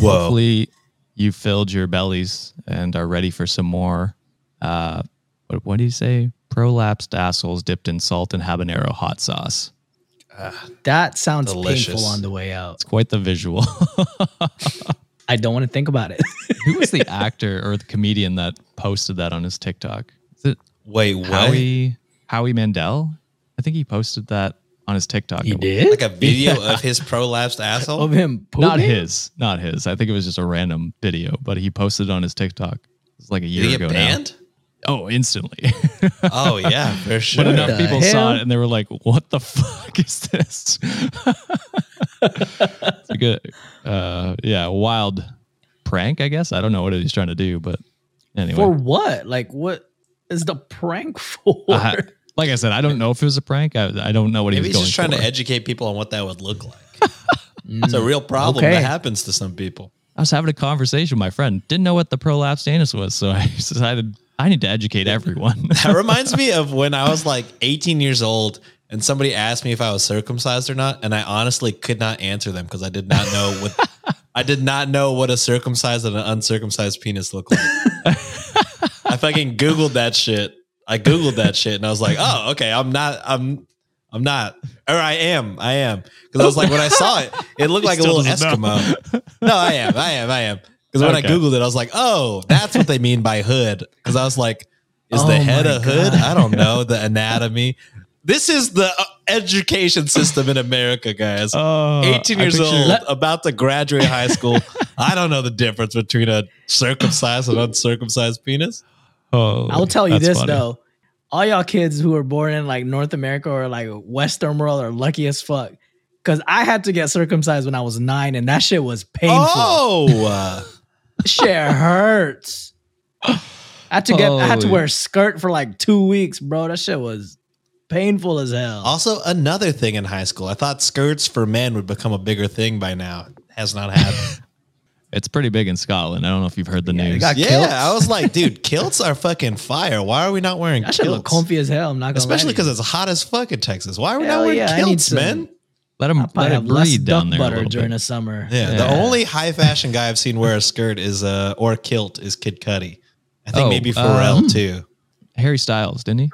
B: Hopefully, you filled your bellies and are ready for some more. Uh, what, what do you say? Prolapsed assholes dipped in salt and habanero hot sauce.
C: That sounds
D: Delicious.
C: painful on the way out.
B: It's quite the visual.
C: I don't want to think about it.
B: Who was the actor or the comedian that posted that on his TikTok? Is it
D: Wait, what?
B: Howie Howie Mandel? I think he posted that on his TikTok. It was-
C: did?
D: Like a video of his prolapsed asshole?
C: of him pooping?
B: Not his, not his. I think it was just a random video, but he posted it on his TikTok. It was like a year
D: Did he
B: ago
D: get banned?
B: now. Oh, instantly.
D: Oh, yeah, for sure.
B: But enough
C: the
B: people saw
C: hell?
B: it and they were like, "What the fuck is this?" it's like a uh, yeah, wild prank, I guess. I don't know what he's trying to do, but anyway,
C: For what? Like what is the prank for?
B: I, Like I said, I don't know if it was a prank. I, I don't know what
D: Maybe
B: he
D: he's
B: was
D: just
B: going
D: trying to
B: for.
D: educate people on what that would look like. it's a real problem
C: Okay.
D: that happens to some people.
B: I was having a conversation with my friend. Didn't know what the prolapsed anus was, so I decided I need to educate everyone.
D: That reminds me of when I was like 18 years old and somebody asked me if I was circumcised or not, and I honestly could not answer them because I did not know what I did not know what a circumcised and an uncircumcised penis looked like. I fucking googled that shit. I googled that shit and I was like, "Oh, okay, I'm not I'm I'm not or I am. I am." Cuz I was like when I saw it, it looked like a
B: still
D: little
B: doesn't know.
D: Eskimo. No, I am. I am. I am. Because when
B: Okay.
D: I googled it, I was like, "Oh, that's what they mean by hood." Because I was like, "Is
C: Oh
D: the head
C: my
D: a hood?
C: God.
D: I don't know the anatomy." This is the uh, education system in America, guys.
C: Uh,
B: Oh,
D: 18
B: I
D: years
B: picture-
D: old, about to graduate high school. I don't know the difference between a circumcised and uncircumcised penis.
B: Oh,
C: I'll tell you
B: that's
C: this
B: funny.
C: though. All y'all kids who were born in like North America or like Western world are lucky as fuck. Cause I had to get circumcised when I was nine and that shit was painful.
D: Oh, uh,
C: Shit hurts. I had to get I had to
B: Holy-
C: wear a skirt for like two weeks, bro. That shit was painful as hell.
D: also another thing in high school. I thought skirts for men would become a bigger thing by now. Has not happened.
B: It's pretty big in Scotland. I don't know if you've heard the
C: they
B: news.
C: got-
D: Yeah,
C: Kilts?
D: I was like, dude, kilts are fucking fire. Why are we not wearing
C: That
D: kilts?
C: shit looked comfy as hell. I'm not gonna
D: Especially because
C: because
D: it's hot as fuck in Texas. Why are we
C: Hell
D: not wearing
C: yeah, I need
D: kilts,
C: some-
D: man?
B: let him
C: I
B: let him
C: have less
B: breathe down
C: duck
B: there. a
C: butter
B: little
C: during
B: bit.
C: the summer.
D: Yeah, the
B: Yeah.
D: only high fashion guy I've seen wear a skirt is uh or a kilt is Kid Cudi. I think
B: Oh,
D: maybe Pharrell
B: um,
D: too.
B: Harry Styles, didn't he?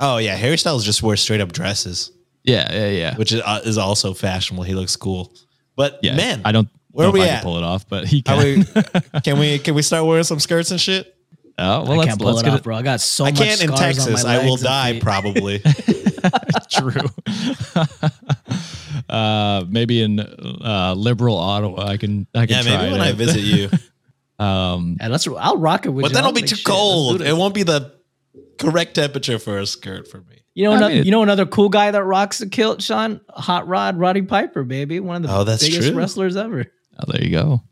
D: Oh yeah, Harry Styles just wears straight up dresses,
B: Yeah, yeah, yeah.
D: which is, uh, is also fashionable. He looks cool. But
B: yeah.
D: men,
B: I don't.
D: Where
B: know
D: are we
B: if I
D: at?
B: Can pull it off, but he
D: Are
B: can.
D: we, can we can we start wearing some skirts and shit?
B: oh well,
C: I
B: let's
C: can't pull
B: let's
C: it
B: get
C: off,
B: it
C: bro. I got so
D: I
C: much
D: can't in
C: scars on
D: Texas.
C: Oh, my
D: I will
C: legs and
D: die
C: feet.
D: probably.
B: true. uh, maybe in uh, liberal Ottawa, I can. I
D: yeah,
B: can try
D: maybe when
B: it
D: I
B: out.
D: visit you.
B: Um,
C: Yeah, let's. I'll rock it with
D: but
C: you.
D: then
C: I'll
D: it'll be
C: like,
D: too
C: shit, let's do
D: cold.
C: this.
D: It won't be the correct temperature for a skirt for me.
C: You know,
B: I
C: ano-
B: mean, it-
C: you know another cool guy that rocks the kilt, Sean Hot Rod Roddy Piper, baby, one of the
D: Oh, that's
C: biggest
D: true.
C: wrestlers ever.
B: oh, there you go.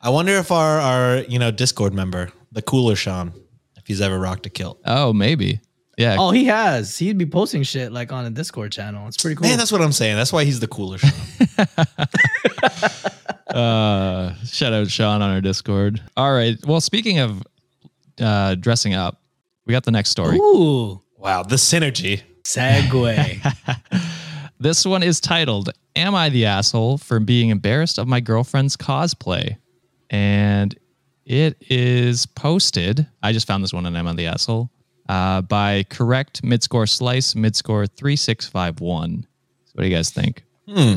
D: I wonder if our our you know Discord member, the cooler Sean, if he's ever rocked a kilt.
B: Oh, maybe. Yeah.
C: Oh, he has. He'd be posting shit like on the Discord channel. It's pretty cool.
D: Man, that's what I'm saying. That's why he's the cooler Sean. Oh.
B: Uh, shout out Sean on our Discord. All right. Well, speaking of uh, dressing up, we got the next story.
C: Ooh,
D: wow, the synergy.
C: segue.
B: This one is titled Am I the Asshole for Being Embarrassed of My Girlfriend's Cosplay? And it is posted. I just found this one on Am I the Asshole uh, by Correct Midscore Slice Midscore 3651. So what do you guys think?
D: Hmm,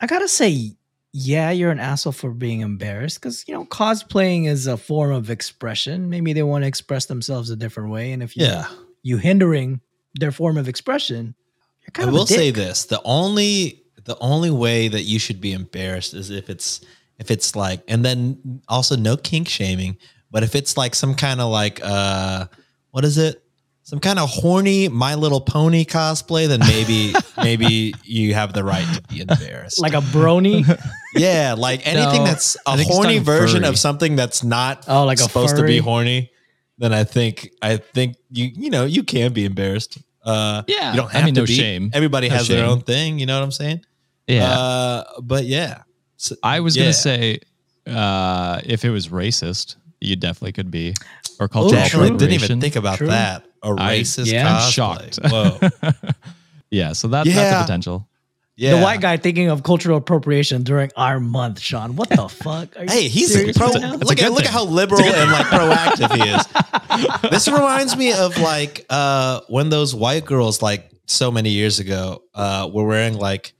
C: I gotta say, yeah, you're an asshole for being embarrassed because you know cosplaying is a form of expression. Maybe they want to express themselves a different way, and if you
D: Yeah.
C: you hindering their form of expression, you're
D: I
C: kind of.
D: will
C: a dick.
D: say this: the only the only way that you should be embarrassed is if it's if it's like, and then also no kink shaming, but if it's like some kind of like uh, what is it? Some kind of horny My Little Pony cosplay, then maybe maybe you have the right to be embarrassed.
C: like a brony.
D: yeah, like anything
C: No.
D: that's
B: I
D: a
B: think it's
D: horny
B: done
D: version
B: furry.
D: of something that's not
C: Oh, like a
D: supposed to
C: furry?
D: be horny, then I think I think you you know you can be embarrassed. Uh,
B: Yeah.
D: you don't
B: I
D: have
B: mean,
D: to
B: no
D: be.
B: shame.
D: Everybody
B: No
D: has their
B: shame.
D: own thing. You know what I'm saying?
B: Yeah.
D: Uh, but yeah, So-
B: I was
D: yeah.
B: gonna say, uh, if it was racist, you definitely could be, or
C: Oh,
B: cultural
D: Definitely
B: appropriation.
C: true.
D: didn't even think about
C: True.
D: that. A
B: I-
D: racist.
C: yeah,
B: I'm
D: cosplay.
B: shocked.
D: Whoa.
B: yeah, so that's
D: Yeah.
B: that's a potential.
D: Yeah.
C: The white guy thinking of cultural appropriation during our month, Sean. What the fuck? Are you
D: Hey, he's
C: serious
D: pro.
C: right now?
D: look at look at how liberal and like proactive he is. This reminds me of like uh, when those white girls, like so many years ago, uh, were wearing like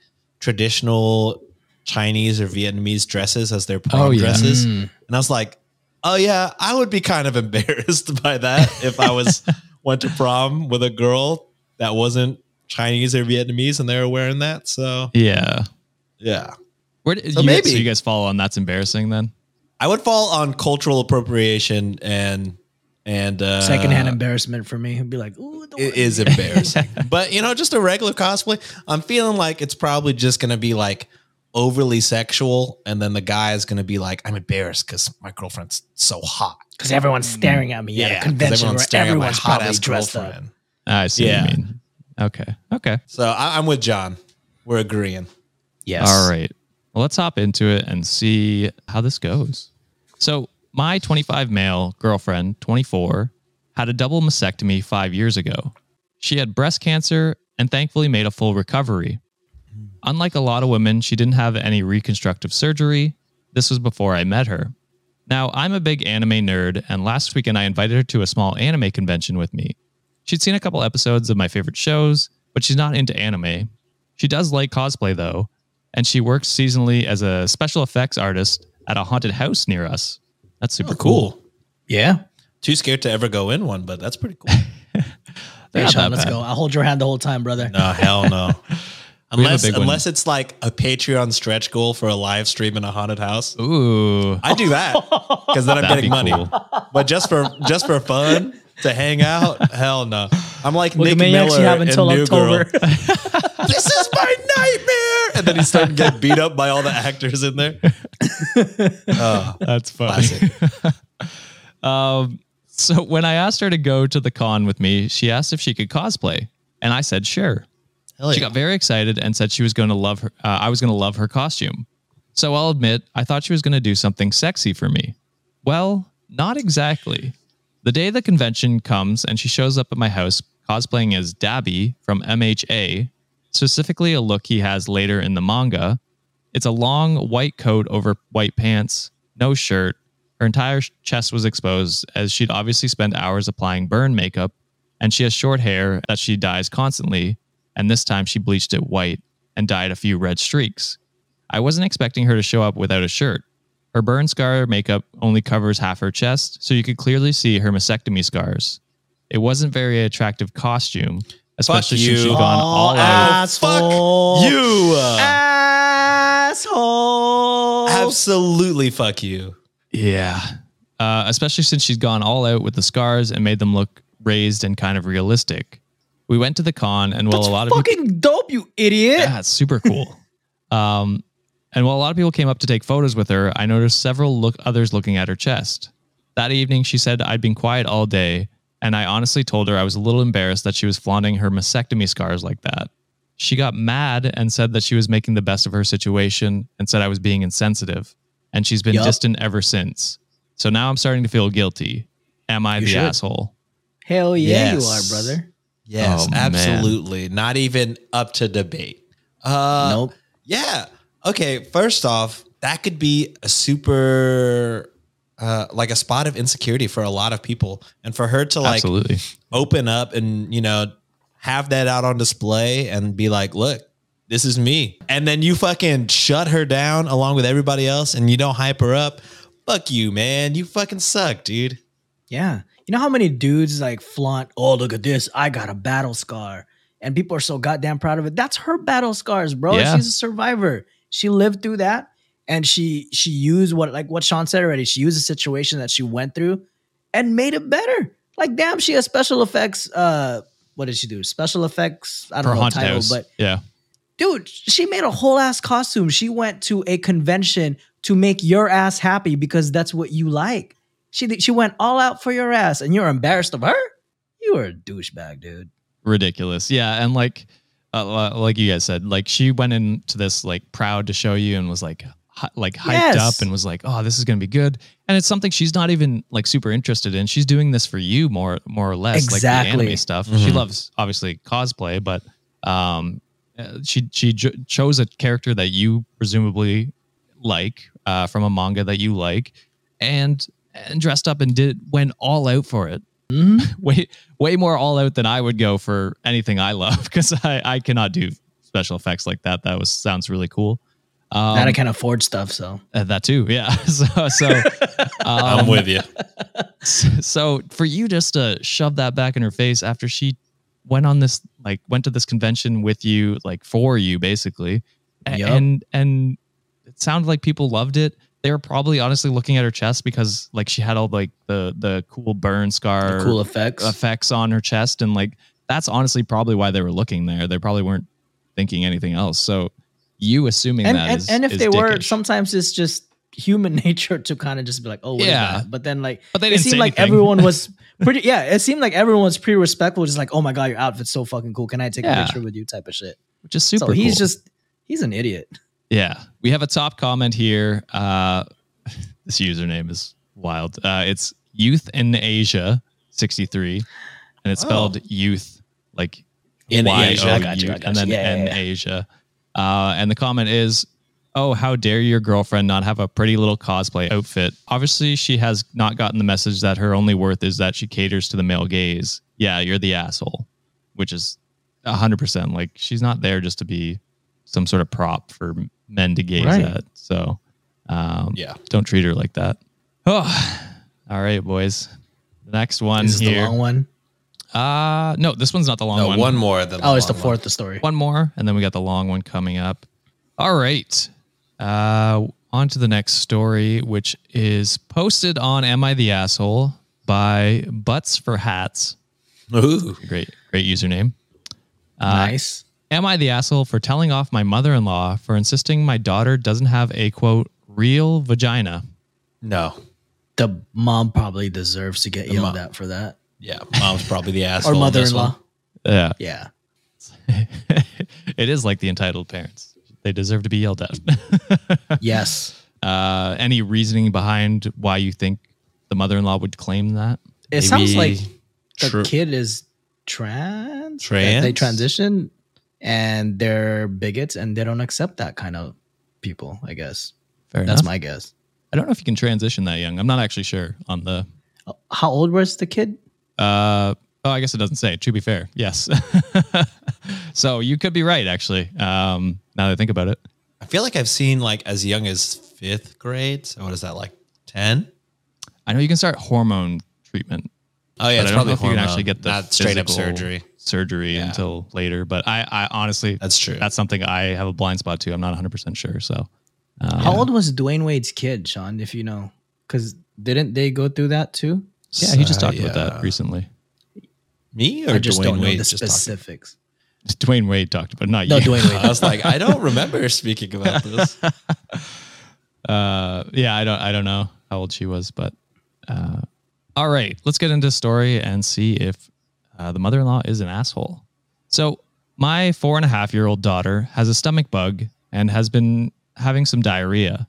D: traditional Chinese or Vietnamese dresses as their prom
B: Oh, yeah.
D: dresses, and I was like, oh yeah, I would be kind of embarrassed by that if I was went to prom with a girl that wasn't Chinese or Vietnamese and they were wearing that. So
B: Yeah,
D: yeah.
B: where did
D: So
B: you,
D: maybe-
B: so you guys follow on? That's embarrassing. Then
D: I would fall on cultural appropriation and and uh,
C: Secondhand embarrassment for me. He'd be like, ooh, the
D: It is embarrassing, but you know, just a regular cosplay. I'm feeling like it's probably just gonna be like overly sexual, and then the guy is gonna be like, "I'm embarrassed because my girlfriend's so hot."
C: because everyone's staring at me at a
D: Mm. 'cause
C: convention where
D: at my
C: everyone's probably
D: hot-ass
C: dressed up.
B: I see what
D: Yeah.
B: you mean. Okay. Okay.
D: So I, I'm with John. We're agreeing.
C: Yes.
B: All right. Well, let's hop into it and see how this goes. So, my 25 male girlfriend, 24, had a double mastectomy five years ago. She had breast cancer and thankfully made a full recovery. Unlike a lot of women, she didn't have any reconstructive surgery. This was before I met her. Now, I'm a big anime nerd, and last weekend I invited her to a small anime convention with me. She'd seen a couple episodes of my favorite shows, but she's not into anime. She does like cosplay, though, and she works seasonally as a special effects artist at a haunted house near us. That's
D: Oh,
B: super cool.
C: Yeah.
D: Too scared to ever go in one, but that's pretty cool.
B: They're
C: Hey,
B: not
C: Sean,
B: that
C: let's
B: bad.
C: go. I'll hold your hand the whole time, brother.
D: no, hell no.
B: We have a
D: Unless
B: big one.
D: unless it's like a Patreon stretch goal for a live stream in a haunted house.
B: Ooh.
D: I do that because then I'm
B: That'd be
D: getting money.
B: cool.
D: But just for just for fun to hang out, hell no. I'm like Nick
C: Maniacs,
D: Miller
C: you have until
D: in New
C: October.
D: Girl. this is my nightmare, and then he's starting to get beat up by all the actors in there. Oh,
B: That's funny.
D: classic.
B: Um, so when I asked her to go to the con with me, she asked if she could cosplay, and I said sure.
D: Hell
B: She
D: yeah.
B: got very excited and said she was going to love her. Uh, I was going to love her costume. So I'll admit, I thought she was going to do something sexy for me. Well, not exactly. The day the convention comes and she shows up at my house cosplaying as Dabby from MHA, specifically a look he has later in the manga. It's a long white coat over white pants, no shirt. Her entire sh- chest was exposed as she'd obviously spent hours applying burn makeup, and she has short hair that she dyes constantly, and this time she bleached it white and dyed a few red streaks. I wasn't expecting her to show up without a shirt. Her burn scar makeup only covers half her chest, so you could clearly see her mastectomy scars. It wasn't very attractive costume, especially
D: you.
B: since she'd gone
D: Oh,
B: all out.
D: Fuck you.
C: Asshole.
D: Absolutely fuck you.
B: Yeah. Uh, especially since she's gone all out with the scars and made them look raised and kind of realistic. We went to the con, and while
C: That's
B: a lot of people,
C: fucking dope, you idiot.
B: yeah, it's super cool. um, and while a lot of people came up to take photos with her, I noticed several look others looking at her chest. That evening, she said I'd been quiet all day, and I honestly told her I was a little embarrassed that she was flaunting her mastectomy scars like that. She got mad and said that she was making the best of her situation and said I was being insensitive. And she's been
C: Yup.
B: distant ever since. So now I'm starting to feel guilty. Am I the
C: should.
B: asshole?
C: Hell yeah,
D: Yes.
C: you are, brother.
D: Yes,
B: Oh, man.
D: absolutely. Not even up to debate. Uh,
C: nope.
D: Yeah. Okay. First off, that could be a super, uh, like a spot of insecurity for a lot of people, and for her to like
B: Absolutely.
D: open up and you know have that out on display and be like, look, this is me, and then you fucking shut her down along with everybody else, and you don't hype her up. Fuck you, man. You fucking suck, dude.
C: Yeah. You know how many dudes like flaunt, oh, look at this. I got a battle scar. And people are so goddamn proud of it. That's her battle scars, bro.
B: Yeah.
C: She's a survivor. She lived through that. And she she used what like what Sean said already. She used a situation that she went through and made it better. Like, damn, she has special effects. Uh what did she do? Special effects. I don't
B: For
C: know the
B: haunted
C: title,
B: house.
C: but
B: yeah.
C: dude, she made a whole ass costume. She went to a convention to make your ass happy because that's what you like. She did- she went all out for your ass, and you're embarrassed of her. You are a douchebag, dude.
B: ridiculous. Yeah, and like uh, li- like you guys said, like she went into this like proud to show you and was like hy- like hyped
C: Yes.
B: up and was like, "Oh, this is going to be good." And it's something she's not even like super interested in. She's doing this for you more more or less like the
C: Exactly.
B: anime stuff. She
D: Mhm.
B: loves obviously cosplay, but um uh, she she jo- chose a character that you presumably like uh, from a manga that you like and and dressed up and did went all out for it
C: Mm-hmm.
B: way way more all out than I would go for anything I love because I, I cannot do special effects like that. That was sounds really cool. Um,
C: that I can't afford stuff, so
B: uh, that too, yeah. so so um,
D: with you.
B: so for you just to shove that back in her face after she went on this like went to this convention with you like for you basically a-
C: Yup.
B: and and it sounded like people loved it they were probably honestly looking at her chest because like she had all like the the cool burn scar
C: cool effects.
B: effects on her chest and like that's honestly probably why they were looking there they probably weren't thinking anything else so you assuming
C: and
B: that
C: and,
B: is-
C: and if
B: is
C: they were,
B: dickish.
C: sometimes it's just human nature to kind of just be like, oh, what is
B: Yeah.
C: that? But then like,
B: But they
C: it
B: didn't
C: seemed
B: say
C: like
B: anything.
C: everyone was pretty. Yeah, it seemed like everyone was pretty respectful. Just like, oh my god, your outfit's so fucking cool. Can I take
B: Yeah.
C: a picture with you? Type of shit.
B: which is super.
C: so he's
B: cool.
C: just he's an idiot.
B: Yeah. We have a top comment here. Uh, this username is wild. Uh, it's Youth in Asia 63, and it's
D: Oh.
B: spelled youth like
D: In Asia.
B: Y O
D: I
C: got you,
B: U,
C: I got
B: and then
C: you. Yeah, yeah,
B: N
C: yeah.
B: Asia. Uh, and the comment is, Oh, how dare your girlfriend not have a pretty little cosplay outfit? Obviously, she has not gotten the message that her only worth is that she caters to the male gaze. Yeah, you're the asshole, which is 100%. Like, she's not there just to be some sort of prop for men to gaze
C: Right.
B: at. So, um,
D: Yeah.
B: don't treat her like that. Oh, all right, boys. The next one
C: This is the
B: here.
C: long one.
B: Uh, no, this one's not the long
D: No,
B: one.
D: one, more than
C: Oh, it's the
D: long
C: fourth the story.
B: One more, and then we got the long one coming up. All right. Uh, on to the next story, which is posted on Am I the Asshole by Butts for Hats.
D: one. Ooh.
B: Great, great username.
C: nice.
B: Am I the asshole for telling off my mother in law for insisting my daughter doesn't have a quote real vagina?
D: No.
C: The mom probably deserves to get yelled
D: mom.
C: at for that,
D: Yeah. Mom's probably the asshole.
C: or
D: in this
C: mother-in-law.
D: one.
B: Yeah.
C: Yeah.
B: it is like the entitled parents. They deserve to be yelled at.
C: Yes.
B: uh, any reasoning behind why you think the mother in law would claim that?
C: It sounds like
D: Maybe
C: the
D: tru-
C: kid is trans. that
D: Trans?
C: They transition and they're bigots and they don't accept that kind of people. I guess
B: Fair
C: that's
B: enough.
C: my guess.
B: I don't know if you can transition that young. I'm not actually sure on the.
C: How old was the kid?
B: Uh, oh, I guess it doesn't say. To be fair, yes. so you could be right, actually. Um, now that I think about it,
D: I feel like I've seen like as young as fifth grade. So what is that like? Ten?
B: I know you can start hormone treatment
D: Oh yeah,
B: but
D: it's
B: I don't know
D: probably
B: if you can
D: hormone,
B: actually get the
D: not straight up
B: physical
D: surgery.
B: surgery
D: Yeah.
B: until later. But I, I honestly,
D: That's true.
B: that's something I have a blind spot to. I'm not 100 percent sure. So uh,
C: How old was Dwayne Wade's kid, Sean? If you know, because didn't they go through that too?
B: yeah, he just talked about
D: Yeah.
B: that recently.
D: Me or
C: I just
D: Dwayne
C: don't know
D: Wade
C: the
D: just talking?
C: specifics.
B: Dwayne Wade talked about it, not
C: No,
B: you.
C: Dwayne
D: I
C: Wade.
D: was like, I don't remember speaking about this.
B: Uh, yeah, I don't. I don't know how old she was, but uh, all right, let's get into the story and see if uh, the mother-in-law is an asshole. So my four and a half year old daughter has a stomach bug and has been having some diarrhea.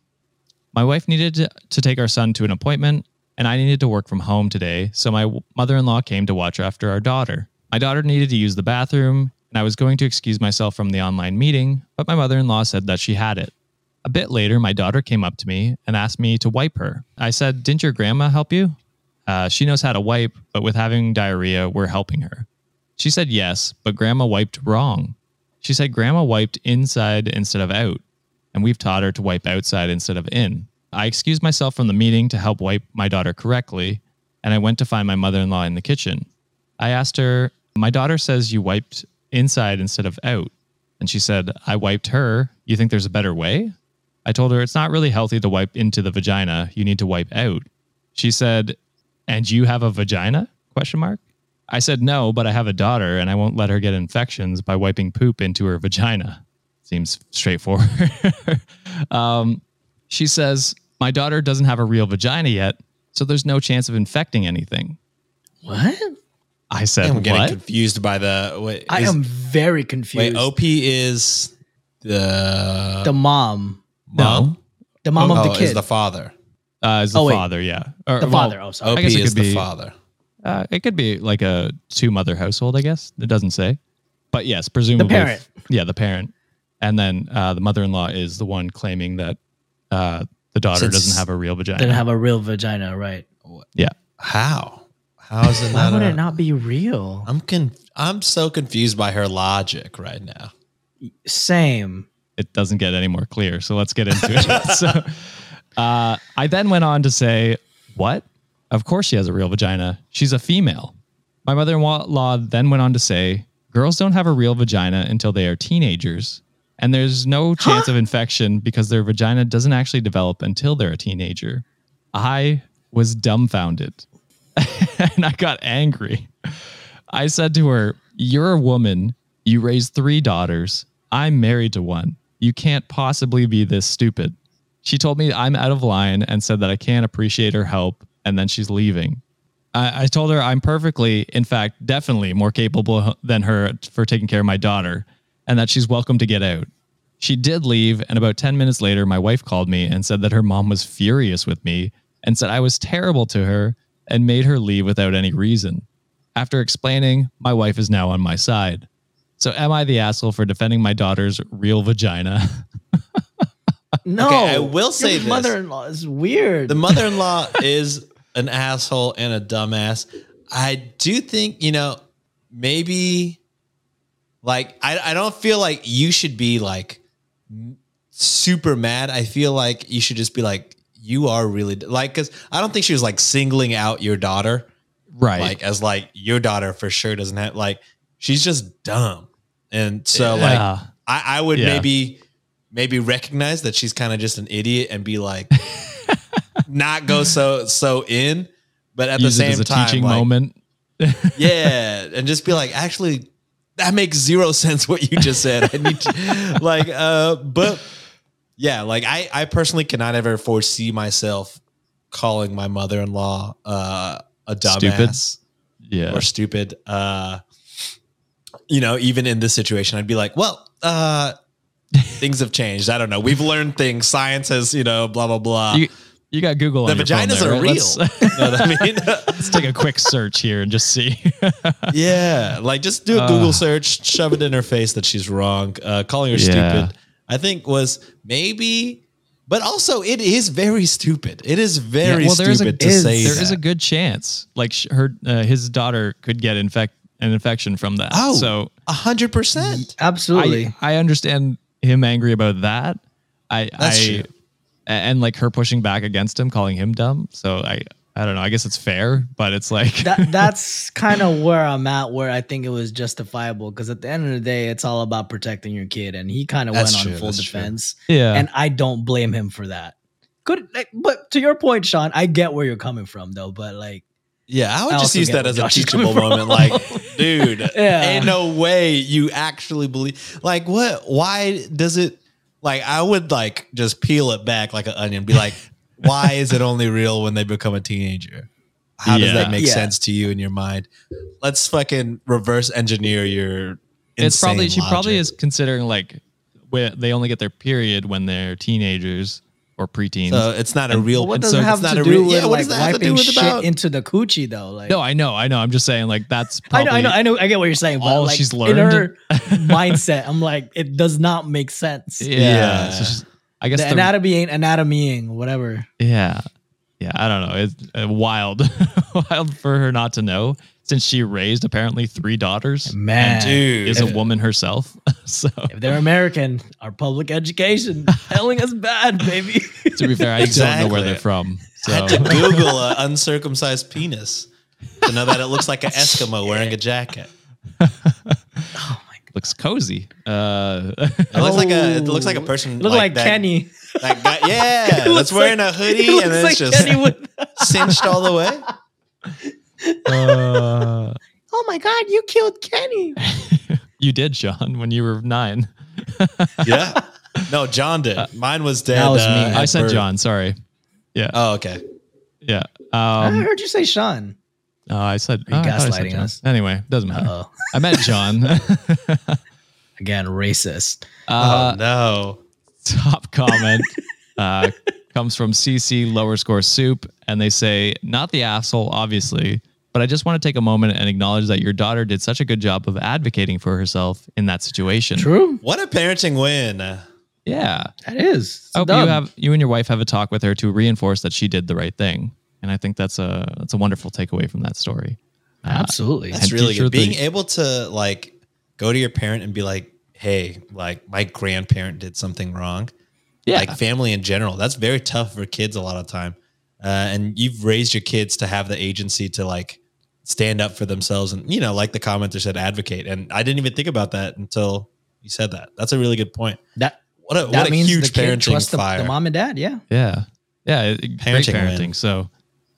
B: My wife needed to, to take our son to an appointment, and I needed to work from home today, so my w- mother-in-law came to watch after our daughter. My daughter needed to use the bathroom, and I was going to excuse myself from the online meeting, but my mother-in-law said that she had it. A bit later, my daughter came up to me and asked me to wipe her. I said, Didn't your grandma help you? Uh, she knows how to wipe, but with having diarrhea, we're helping her. She said yes, but grandma wiped wrong. She said grandma wiped inside instead of out, and we've taught her to wipe outside instead of in. I excused myself from the meeting to help wipe my daughter correctly, and I went to find my mother in law in the kitchen. I asked her, My daughter says you wiped inside instead of out. And she said, I wiped her. You think there's a better way? I told her it's not really healthy to wipe into the vagina. You need to wipe out. She said, "And you have a vagina?" question mark. I said, "No, but I have a daughter and I won't let her get infections by wiping poop into her vagina." Seems straightforward. um, she says, "My daughter doesn't have a real vagina yet, so there's no chance of infecting anything."
C: what?
B: I said,
D: I'm getting
B: "What?"
D: confused by the. Wait,
C: I
D: is-
C: am very confused.
D: Wait, oh, OP is the,
C: the mom,
D: mom.
C: the mom of
D: Oh,
C: the kid,
D: is the father.
B: Uh, is the
C: Oh, wait.
B: father? Yeah, Or,
C: the
B: well,
C: father. Oh, sorry.
D: OP
B: I guess it
D: is
B: could
D: the
B: be-
D: father.
B: Uh, it could be like a two mother household, I guess. It doesn't say. But yes, presumably.
C: parent.
B: Yeah, the parent. And then uh, the mother in law is the one claiming that uh, the daughter
D: Since-
B: doesn't have a real vagina.
C: Didn't have a real vagina, right?
B: yeah.
D: How? How is it
C: Why
D: not?
C: would
D: a-
C: it not be real?
D: I'm con- I'm so confused by her logic right now.
C: Same.
B: it doesn't get any more clear. So let's get into it. so uh, I then went on to say, What? Of course she has a real vagina. She's a female. My mother in law then went on to say, Girls don't have a real vagina until they are teenagers. And there's no chance of infection because their vagina doesn't actually develop until they're a teenager. I was dumbfounded and I got angry. I said to her, You're a woman. You raised three daughters. I'm married to one. You can't possibly be this stupid. She told me I'm out of line and said that I can't appreciate her help, and then she's leaving. I, I told her I'm perfectly, in fact, definitely more capable than her for taking care of my daughter, and that she's welcome to get out. She did leave, and about 10 minutes later, my wife called me and said that her mom was furious with me and said I was terrible to her and made her leave without any reason. After explaining, my wife is now on my side. So, am I the asshole for defending my daughter's real vagina?
C: No,
D: Okay, I will say
C: your
D: this.
C: mother-in-law is weird.
D: The mother in law is an asshole and a dumbass. I do think, you know, maybe like I, I don't feel like you should be like m- super mad. I feel like you should just be like, you are really d- like, because I don't think she was like singling out your daughter,
B: right.
D: like as like your daughter for sure doesn't have, like, she's just dumb. And so, like,
B: Yeah.
D: I, I would
B: Yeah.
D: maybe maybe recognize that she's kind of just an idiot and be like not go so so in, but at
B: Use
D: the
B: it as
D: same
B: a
D: time
B: teaching
D: like,
B: moment.
D: yeah, and just be like actually that makes zero sense what you just said. I need to, like uh but yeah, like I I personally cannot ever foresee myself calling my mother-in-law uh a dumbass
B: Yeah.
D: or stupid. Uh, you know, even in this situation, I'd be like, well, uh, things have changed. I don't know. We've learned things. Science has, you know, blah blah blah.
B: you, you got Google.
D: the
B: on your phone
D: vaginas
B: there, right?
D: are real.
B: Let's-
D: You know what I mean?
B: let's take a quick search here and just see.
D: yeah, like just do a
B: Uh.
D: Google search, shove it in her face that she's wrong, uh, calling her
B: Yeah.
D: stupid. I think was maybe, but also it is very stupid. It is very
B: Yeah, well, there is a-
D: stupid to
C: is-
D: say
B: there is a
D: that.
B: good chance like sh- her uh, his daughter could get infect an infection from that
D: Oh.
B: so
D: a hundred percent.
C: Absolutely.
B: I, I understand him angry about that i
D: That's
B: i
D: true.
B: a- and like her pushing back against him calling him dumb so i i don't know i guess it's fair but it's like
C: that that's kind of where I'm at, where I think it was justifiable because at the end of the day, it's all about protecting your kid, and he kind of went
D: That's
C: on
D: true,
C: full
D: that's true.
C: defense,
B: yeah
C: and I don't blame him for that. Good, like, but to your point, Sean, I get where you're coming from, though. But like,
D: Yeah, I would
C: I
D: just
C: also
D: use
C: get
D: that
C: where
D: as a
C: Josh is coming
D: teachable moment.
C: from.
D: Like, dude,
C: Yeah.
D: ain't no way you actually believe. Like, what? Why does it? Like, I would like just peel it back like an onion. Be like, why is it only real when they become a teenager? How
B: Yeah.
D: does that make
C: Yeah.
D: sense to you in your mind? Let's fucking reverse engineer your.
B: it's probably
D: insane
B: she probably is
D: logic.
B: considering like where they only get their period when they're teenagers or preteens
D: So it's not a real.
C: what
D: and
C: does
D: so
C: it
D: it's
C: have
D: not
C: to
D: a
C: do
D: real-
C: with
D: Yeah, what
C: like
D: does that have to do
C: wiping
D: with
C: shit
D: about?
C: into the coochie though? Like,
B: no i know i know i'm just saying like that's
C: I
B: probably
C: know, I know, I know, I get what you're saying, but
B: all
C: like
B: she's
C: in
B: learned.
C: her mindset, I'm like, it does not make sense.
B: yeah,
D: Yeah.
B: so she's- i guess
C: The
B: the-
C: anatomy ain't anatomying, whatever.
B: Yeah. Yeah. I don't know. It's uh, wild, wild for her not to know since she raised apparently three daughters.
C: Man,
D: Dude,
B: Is a woman herself. so
C: If they're American, our public education telling us bad, baby.
B: to be fair, I don't know where
D: Exactly.
B: they're from.
D: I
B: So
D: had to Google an uncircumcised penis to know that it looks like an Eskimo wearing a jacket.
B: looks cozy. Uh,
D: It looks like a
B: Oh.
D: it looks like a person
C: Look like,
D: that-
C: Kenny.
D: That guy, yeah,
C: It looks
D: that's wearing
C: like-
D: a hoodie
C: He looks
D: and then
C: like
D: it's just
C: Kenny with,
D: cinched all the way.
B: uh,
C: oh my God, you killed Kenny.
B: you did, Sean, when you were nine.
D: Yeah. No, John did. Mine was dead.
C: That was
D: uh,
C: me.
D: at
B: I said
D: birth.
B: John. Sorry.
D: Oh, okay.
B: Yeah.
C: I
B: Um,
C: heard you say Sean.
B: oh, I said.
C: Are you
B: oh, I thought I said
C: gaslighting
B: John.
C: us?
B: Anyway, doesn't matter.
C: Uh oh.
B: I meant John.
C: Again, racist.
B: uh,
D: oh no.
B: top comment uh, comes from CC lower score soup, and they say, "Not the asshole, obviously, but I just want to take a moment and acknowledge that your daughter did such a good job of advocating for herself in that situation.
C: True.
D: What a parenting win. I
B: Yeah,
C: That is.
B: I hope you have you and your wife have a talk with her to reinforce that she did the right thing, and I think that's a that's a wonderful takeaway from that story.
C: Absolutely.
B: And
D: That's really
B: teach her
D: good. Being
B: the-
D: able to like go to your parent and be like, hey, like my grandparent did something wrong.
B: Yeah,
D: like family in general. That's very tough for kids a lot of time. Uh, and you've raised your kids to have the agency to like stand up for themselves and you know, like the commenter said, advocate. And I didn't even think about that until you said that. That's a really good point.
C: That,
D: What a
C: that
D: what a
C: means the
D: huge
C: kid
D: parenting
C: trusts the,
D: fire.
C: the mom and dad. Yeah.
B: yeah, yeah, it- great
D: Parenting win.
B: parenting. So,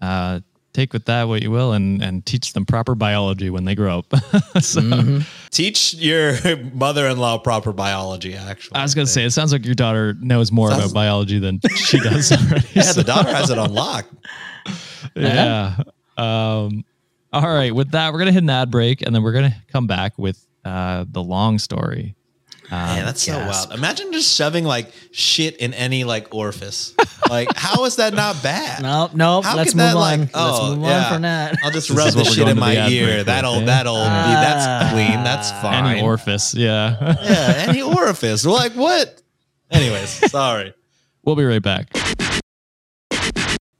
B: uh, take with that what you will and, and teach them proper biology when they grow up. so
C: Mm-hmm.
D: Teach your mother-in-law proper biology. Actually,
B: I was going to say, it sounds like your daughter knows more
D: Sounds-
B: about biology than she does already.
D: yeah, the daughter has it unlocked.
B: yeah. Um, all right. With that, we're going to hit an ad break and then we're going to come back with uh, the long story.
D: Man, that's so wild. Imagine just shoving like shit in any like orifice. Like, how is that not bad?
C: Nope, nope.
D: How
C: let's
D: could
C: move
D: that,
C: on.
D: like-
C: let's
D: oh,
C: move
D: yeah.
C: on from that.
D: I'll just
B: This
D: rub
B: is
D: the
B: what we're
D: shit
B: going to
D: in
B: the
D: my
B: ad
D: ear.
B: break
D: That'll
B: with, yeah.
D: that'll be that's clean. That's fine.
B: Any orifice. Yeah.
D: yeah, any orifice. We're like, what? Anyways, sorry.
B: we'll be right back.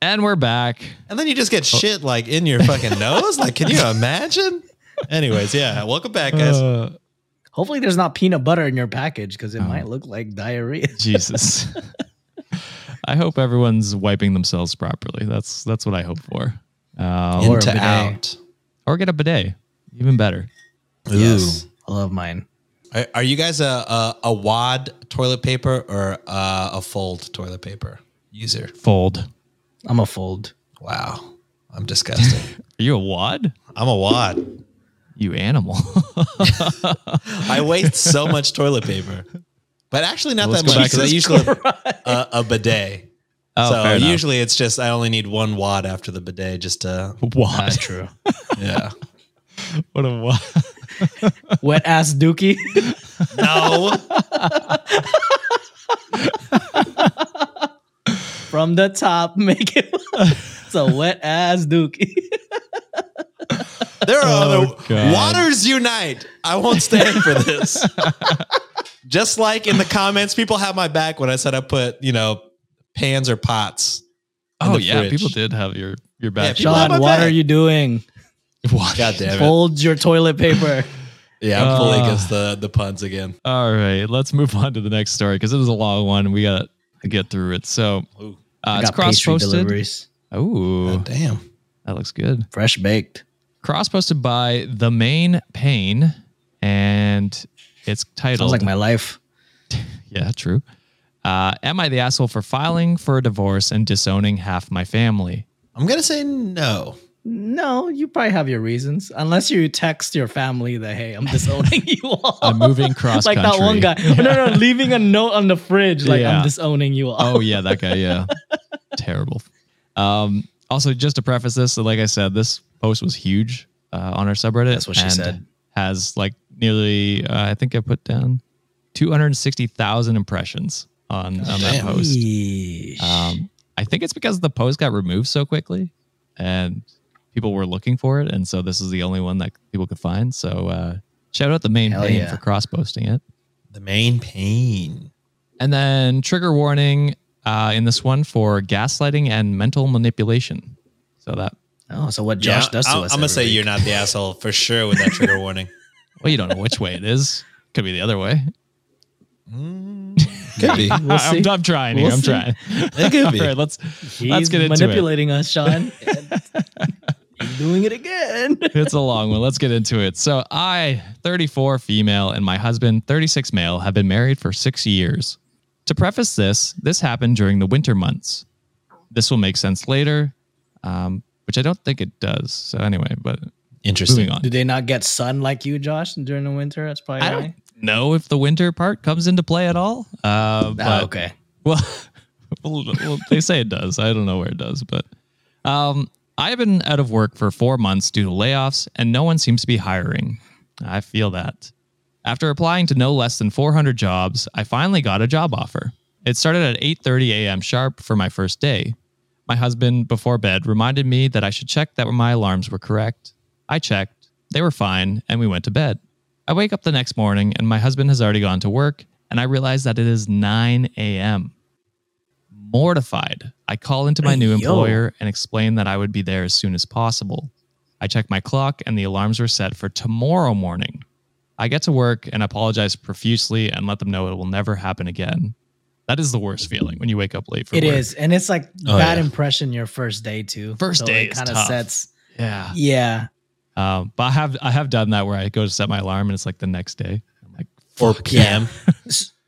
B: And we're back.
D: And then you just
B: Oh.
D: get shit like in your fucking nose. Like, can you imagine? Anyways, yeah. Welcome back, guys.
B: Uh,
C: Hopefully, there's not peanut butter in your package because it
B: Oh.
C: might look like diarrhea.
B: Jesus. I hope everyone's wiping themselves properly. That's that's what I hope for. Uh,
C: or a
D: Into
C: bidet.
D: out.
B: or get a bidet, even better.
D: Yes.
C: I love mine.
D: Are, are you guys a, a a wad toilet paper or uh, a fold toilet paper user?
B: Fold. Are
C: I'm a fold.
D: Wow, I'm disgusting.
B: you a wad?
D: I'm a wad.
B: You animal.
D: I waste so much toilet paper, but actually not
B: Well, let's
D: that
B: go back
D: much
B: to
D: because I
B: this
D: usually have a, a bidet.
B: Oh,
D: so
B: fair enough.
D: usually it's just I only need one wad after the bidet just to
B: wad.
C: true.
D: yeah.
B: What a wad.
C: Wet ass dookie.
D: no,
C: From the top, make it. it's a wet ass dookie.
D: there are
B: Oh,
D: other
B: God.
D: waters unite. I won't stand for this. just like in the comments, people have my back when I said I put you know pans or pots. in
B: Oh
D: the
B: yeah,
D: fridge.
B: people did have your your back.
D: people- have
C: John,
D: my
C: what
D: back.
C: are you doing?
B: Wad.
D: God damn it.
C: Fold your toilet paper.
D: Yeah, I'm fully
B: Ah.
D: against the the puns again.
B: All right, let's move on to the next story because it was a long one. We got to get through it. So
D: Ooh,
B: uh,
C: I
B: it's
C: got pastry
B: cross-posted.
C: deliveries.
B: Oh,
D: damn.
B: that looks good.
C: Fresh baked.
B: cross posted by the main pain and it's titled
C: Sounds like my life.
B: yeah true uh, am i the asshole for filing for a divorce and disowning half my family
D: I'm gonna say no.
C: No, you probably have your reasons. Unless you text your family that, hey, I'm disowning you all.
B: i'm moving cross
C: like that one guy. No, no, leaving a note on the fridge like
B: Yeah.
C: I'm disowning you all.
B: oh yeah that guy yeah terrible um, also just to preface this so like i said this post was huge uh, on our subreddit
C: That's what she
B: and
C: said.
B: has like nearly uh, i think i put down 260000 impressions on, on that
D: Damn.
B: post
C: Yeesh.
B: Um, I think it's because the post got removed so quickly and people were looking for it. And so this is the only one that people could find. So uh, shout out the main
C: Hell
B: pain
C: yeah.
B: for cross posting it.
D: The main pain.
B: And then trigger warning uh, in this one for gaslighting and mental manipulation. So that,
C: oh, so what Josh
D: Yeah,
C: does to
D: I'm,
C: us?
D: I'm gonna
C: every
D: say
C: week.
D: you're not the asshole for sure with that trigger warning.
B: well, you don't know which way it is. Could be the other way.
D: Could be.
C: We'll see.
B: I'm, I'm trying here.
C: We'll
B: I'm
C: see.
B: trying.
D: It could be.
B: All right, let's
C: He's
B: let's get into it.
C: manipulating us, Sean. He's doing it again.
B: it's a long one. Let's get into it. So, I, 34 female, and my husband, 36 male, have been married for six years. To preface this, this happened during the winter months. This will make sense later, um, which I don't think it does. So, anyway, but
D: Interesting.
B: moving on.
C: Do they not get sun like you, Josh, during the winter? That's probably
B: I
C: why.
B: don't know if the winter part comes into play at all. Uh,
C: Oh,
B: but
C: okay.
B: Well, well, well, they say it does. I don't know where it does, but um, I've been out of work for four months due to layoffs, and no one seems to be hiring. I feel that. After applying to no less than 400 jobs, I finally got a job offer. It started at 8:30 a.m. sharp for my first day. My husband, before bed, reminded me that I should check that my alarms were correct. I checked, they were fine, and we went to bed. I wake up the next morning and my husband has already gone to work, and I realize that it is 9 a.m. Mortified, I call into my new
C: Yo.
B: employer and explain that I would be there as soon as possible. I check my clock and the alarms were set for tomorrow morning. I get to work and apologize profusely and let them know it will never happen again. That is the worst feeling when you wake up late for
C: It
B: work.
C: is, and it's like
D: Oh,
C: bad
D: yeah.
C: impression your first day too.
B: First day
C: it
B: is
C: kinda
B: tough.
C: sets.
B: Yeah.
C: Yeah,
B: Um, but I have I have done that where I go to set my alarm and it's like the next day. I'm like,
D: 4 p.m.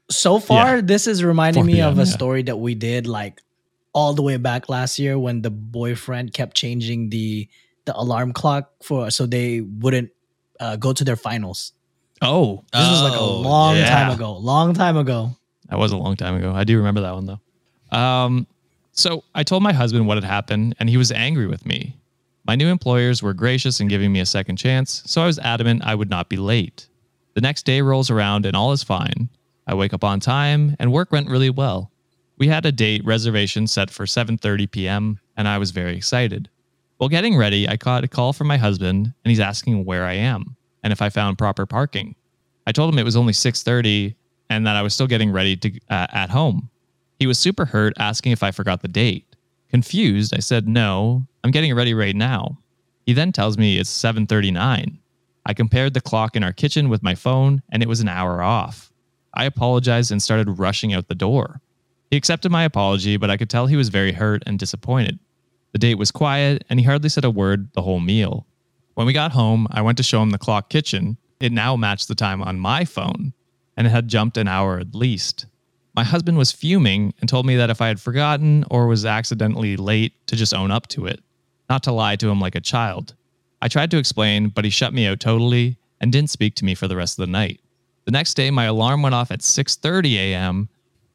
C: so far this is reminding
B: 4
C: me of
B: p.m.,
C: a
B: yeah.
C: story that we did like all the way back last year when the boyfriend kept changing the the alarm clock for so they wouldn't uh, go to their finals.
B: Oh,
C: This was like a
D: Oh,
C: long
B: yeah.
C: time ago. Long time ago.
B: That was a long time ago. I do remember that one though. Um, so I told my husband what had happened, and he was angry with me. My new employers were gracious in giving me a second chance, so I was adamant I would not be late. The next day rolls around, and all is fine. I wake up on time, and work went really well. We had a date reservation set for 7:30 p.m., and I was very excited. While getting ready, I caught a call from my husband, and he's asking where I am and if I found proper parking. I told him it was only 6:30 and that I was still getting ready to uh, at home. He was super hurt asking if I forgot the date. Confused, I said, "No, I'm getting ready right now." He then tells me it's 7:39. I compared the clock in our kitchen with my phone and it was an hour off. I apologized and started rushing out the door. He accepted my apology, but I could tell he was very hurt and disappointed. The date was quiet and he hardly said a word the whole meal. When we got home, I went to show him the clock kitchen. It now matched the time on my phone, and it had jumped an hour at least. My husband was fuming and told me that if I had forgotten or was accidentally late, to just own up to it, not to lie to him like a child. I tried to explain, but he shut me out totally and didn't speak to me for the rest of the night. The next day, my alarm went off at 6:30 a.m.,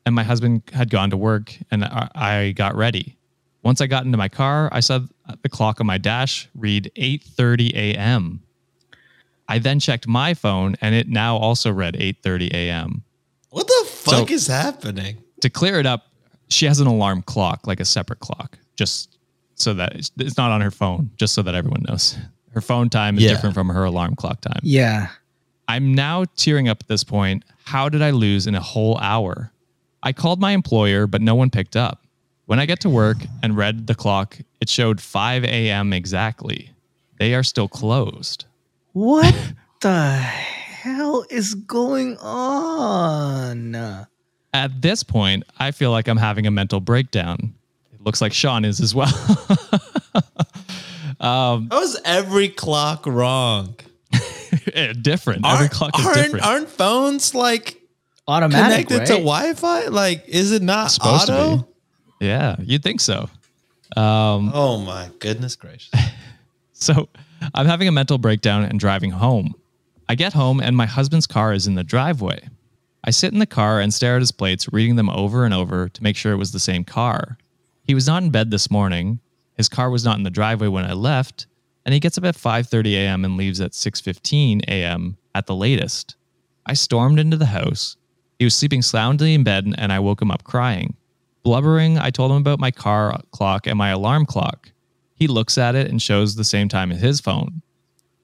B: and my husband had gone to work, and I I got ready. Once I got into my car, I saw the clock on my dash read 8:30 a.m. I then checked my phone and it now also read 8:30 a.m.
D: What the fuck
B: So-
D: is happening?
B: To clear it up, she has an alarm clock, like a separate clock, just so that it's it's not on her phone, just so that everyone knows. Her phone time is
D: Yeah.
B: different from her alarm clock time.
C: Yeah.
B: I'm now tearing up at this point. How did I lose in a whole hour? I called my employer, but no one picked up. When I get to work and read the clock, it showed 5 a.m. exactly. They are still closed.
C: What the hell is going on?
B: At this point, I feel like I'm having a mental breakdown. It looks like Sean is as well.
D: How is every clock wrong?
B: Eh, different. Every clock is
D: aren't,
B: different.
D: Aren't phones like
C: Automatic,
D: connected
C: right?
D: to Wi-Fi? Like, is it not
B: supposed to
D: auto?
B: be. yeah, you'd think so. Um,
D: Oh my goodness gracious!
B: So I'm having a mental breakdown and driving home. I get home and my husband's car is in the driveway. I sit in the car and stare at his plates, reading them over and over to make sure it was the same car. He was not in bed this morning. His car was not in the driveway when I left, and he gets up at 5:30 a.m. and leaves at 6:15 a.m. at the latest. I stormed into the house. He was sleeping soundly in bed, and I woke him up crying. Blubbering, I told him about my car clock and my alarm clock. He looks at it and shows the same time as his phone.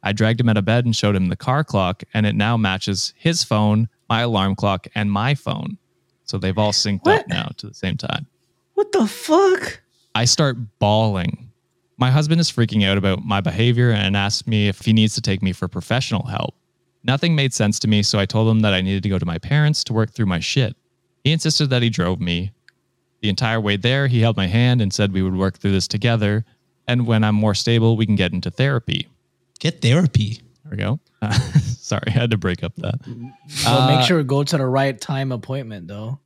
B: I dragged him out of bed and showed him the car clock, and it now matches his phone, my alarm clock, and my phone. So they've all synced up
C: What?
B: now to the same time.
C: What the fuck?
B: I start bawling. My husband is freaking out about my behavior and asks me if he needs to take me for professional help. Nothing made sense to me, so I told him that I needed to go to my parents to work through my shit. He insisted that he drove me. The entire way there, he held my hand and said we would work through this together. And when I'm more stable, we can get into therapy.
D: Get therapy.
B: There we go. sorry, I had to break up that
C: Well, make sure to go to the right time appointment though.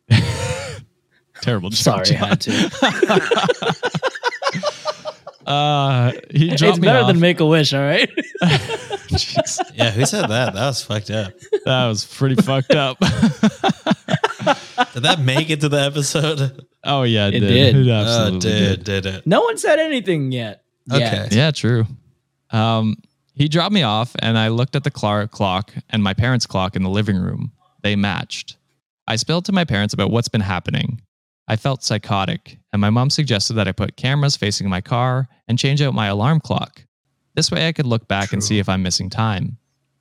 B: terrible. joke,
C: Sorry, I
B: John.
C: had to.
B: Uh, he dropped
C: it's
B: me
C: better
B: off.
C: than Make a Wish, all right?
B: Jeez.
D: Yeah, who said that? That was fucked up.
B: that was pretty fucked up.
D: Did that make it to the episode?
B: Oh yeah, it,
C: It
B: did.
C: did.
B: It
D: Oh,
B: absolutely did.
D: did did it?
C: no one said anything yet. Yeah.
D: Okay.
B: Yeah, true. Um, he dropped me off, and I looked at the cl- clock and my parents' clock in the living room. They matched. I spilled to my parents about what's been happening. I felt psychotic, and my mom suggested that I put cameras facing my car and change out my alarm clock. This way, I could look back and
D: True.
B: see if I'm missing time.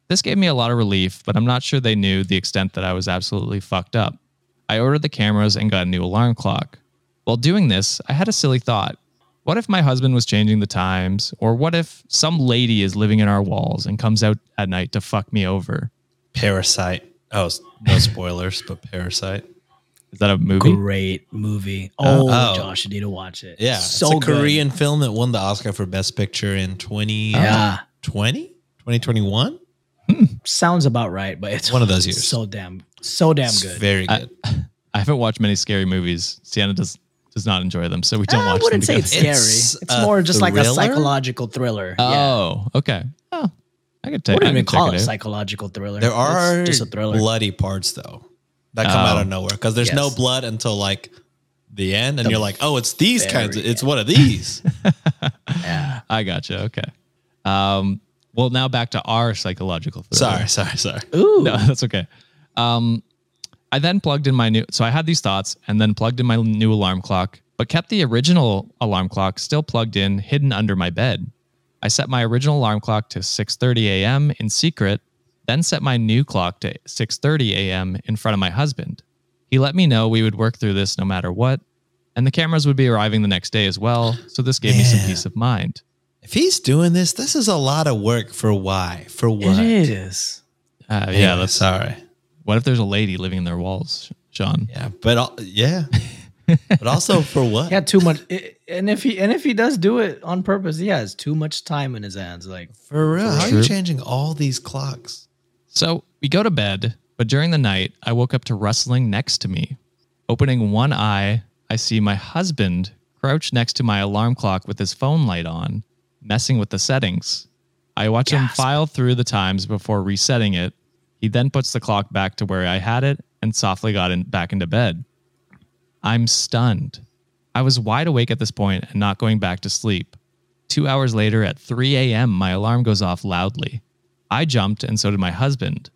B: This gave me a lot of relief, but I'm not sure they knew the extent that I was absolutely fucked up. I ordered the cameras and got a new alarm clock. While doing this, I had a silly thought. What if my husband was changing the times? Or what if some lady is living in our walls and comes out at night to fuck me over?
D: Parasite. Oh, s- no spoilers, but Parasite.
B: Is that a movie?
C: Great movie. Oh,
D: Oh.
C: Josh, you need to watch it.
D: Yeah,
C: So
D: it's a
C: good.
D: Korean film that won the Oscar for Best Picture in 2020,
C: Yeah.
D: 2021.
C: Sounds about right, but it's
D: One of those years.
C: So damn so damn
D: It's
C: good.
D: Very
B: I-
D: good.
B: I haven't watched many scary movies. Sienna does does not enjoy them, so we don't
C: I
B: watch them
C: wouldn't say
B: together.
C: it's scary.
D: It's
C: It's,
D: a
C: more just like a
D: thriller?
C: psychological thriller. yeah.
B: Oh, okay. Oh, I could take.
C: What do
B: I
C: you even
B: could check
C: call
B: it
C: it?
B: out.
C: Psychological thriller.
D: There are
C: It's just a thriller.
D: bloody parts though that come
B: Oh.
D: out of nowhere because there's no
C: Yes.
D: blood until like the end, and
C: The
D: you're like, oh, it's these
C: very
D: kinds. Of, it's one of these.
C: Yeah.
B: I gotcha. Okay. Um, well, now back to our psychological. Thriller.
D: sorry, sorry, sorry.
C: Ooh.
B: No, that's okay. Um, I then plugged in my new. So I had these thoughts, and then plugged in my new alarm clock, but kept the original alarm clock still plugged in, hidden under my bed. I set my original alarm clock to 6:30 a.m. in secret, then set my new clock to 6:30 a.m. in front of my husband. He let me know we would work through this no matter what, and the cameras would be arriving the next day as well, so this gave me some
D: Man.
B: peace of mind.
D: If he's doing this, this is a lot of work for why? For what?
C: It is.
B: Uh,
D: Anyway,
B: yeah, that's
D: sorry.
B: what if there's a lady living in their walls, Sean?
D: Yeah, but al- yeah, but also for what?
C: He had too much. i- and if he and if he does do it on purpose, he has too much time in his hands. Like
D: For real? How are
B: True.
D: you changing all these clocks?
B: So we go to bed, but during the night, I woke up to rustling next to me. Opening one eye, I see my husband crouched next to my alarm clock with his phone light on, messing with the settings. I watch him
C: Gasp.
B: file through the times before resetting it. He then puts the clock back to where I had it and softly got in, back into bed. I'm stunned. I was wide awake at this point and not going back to sleep. Two hours later, at 3 a.m., my alarm goes off loudly. I jumped, and so did my husband.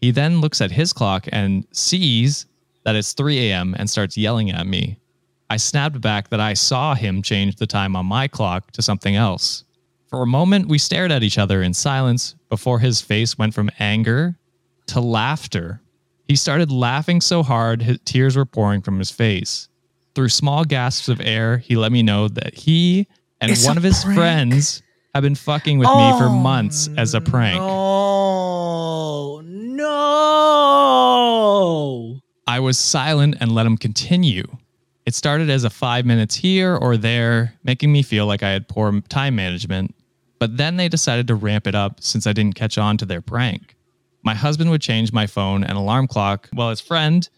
B: He then looks at his clock and sees that it's 3 a.m. and starts yelling at me. I snapped back that I saw him change the time on my clock to something else. For a moment, we stared at each other in silence before his face went from anger to laughter. He started laughing so hard, his tears were pouring from his face. Through small gasps of air, he let me know that he and
C: It's
B: one
C: a
B: of his
C: prank.
B: friends have been fucking with me for months as a prank.
C: Oh no!
B: I was silent and let him continue. It started as a five minutes here or there, making me feel like I had poor time management. But then they decided to ramp it up since I didn't catch on to their prank. My husband would change my phone and alarm clock while his friend,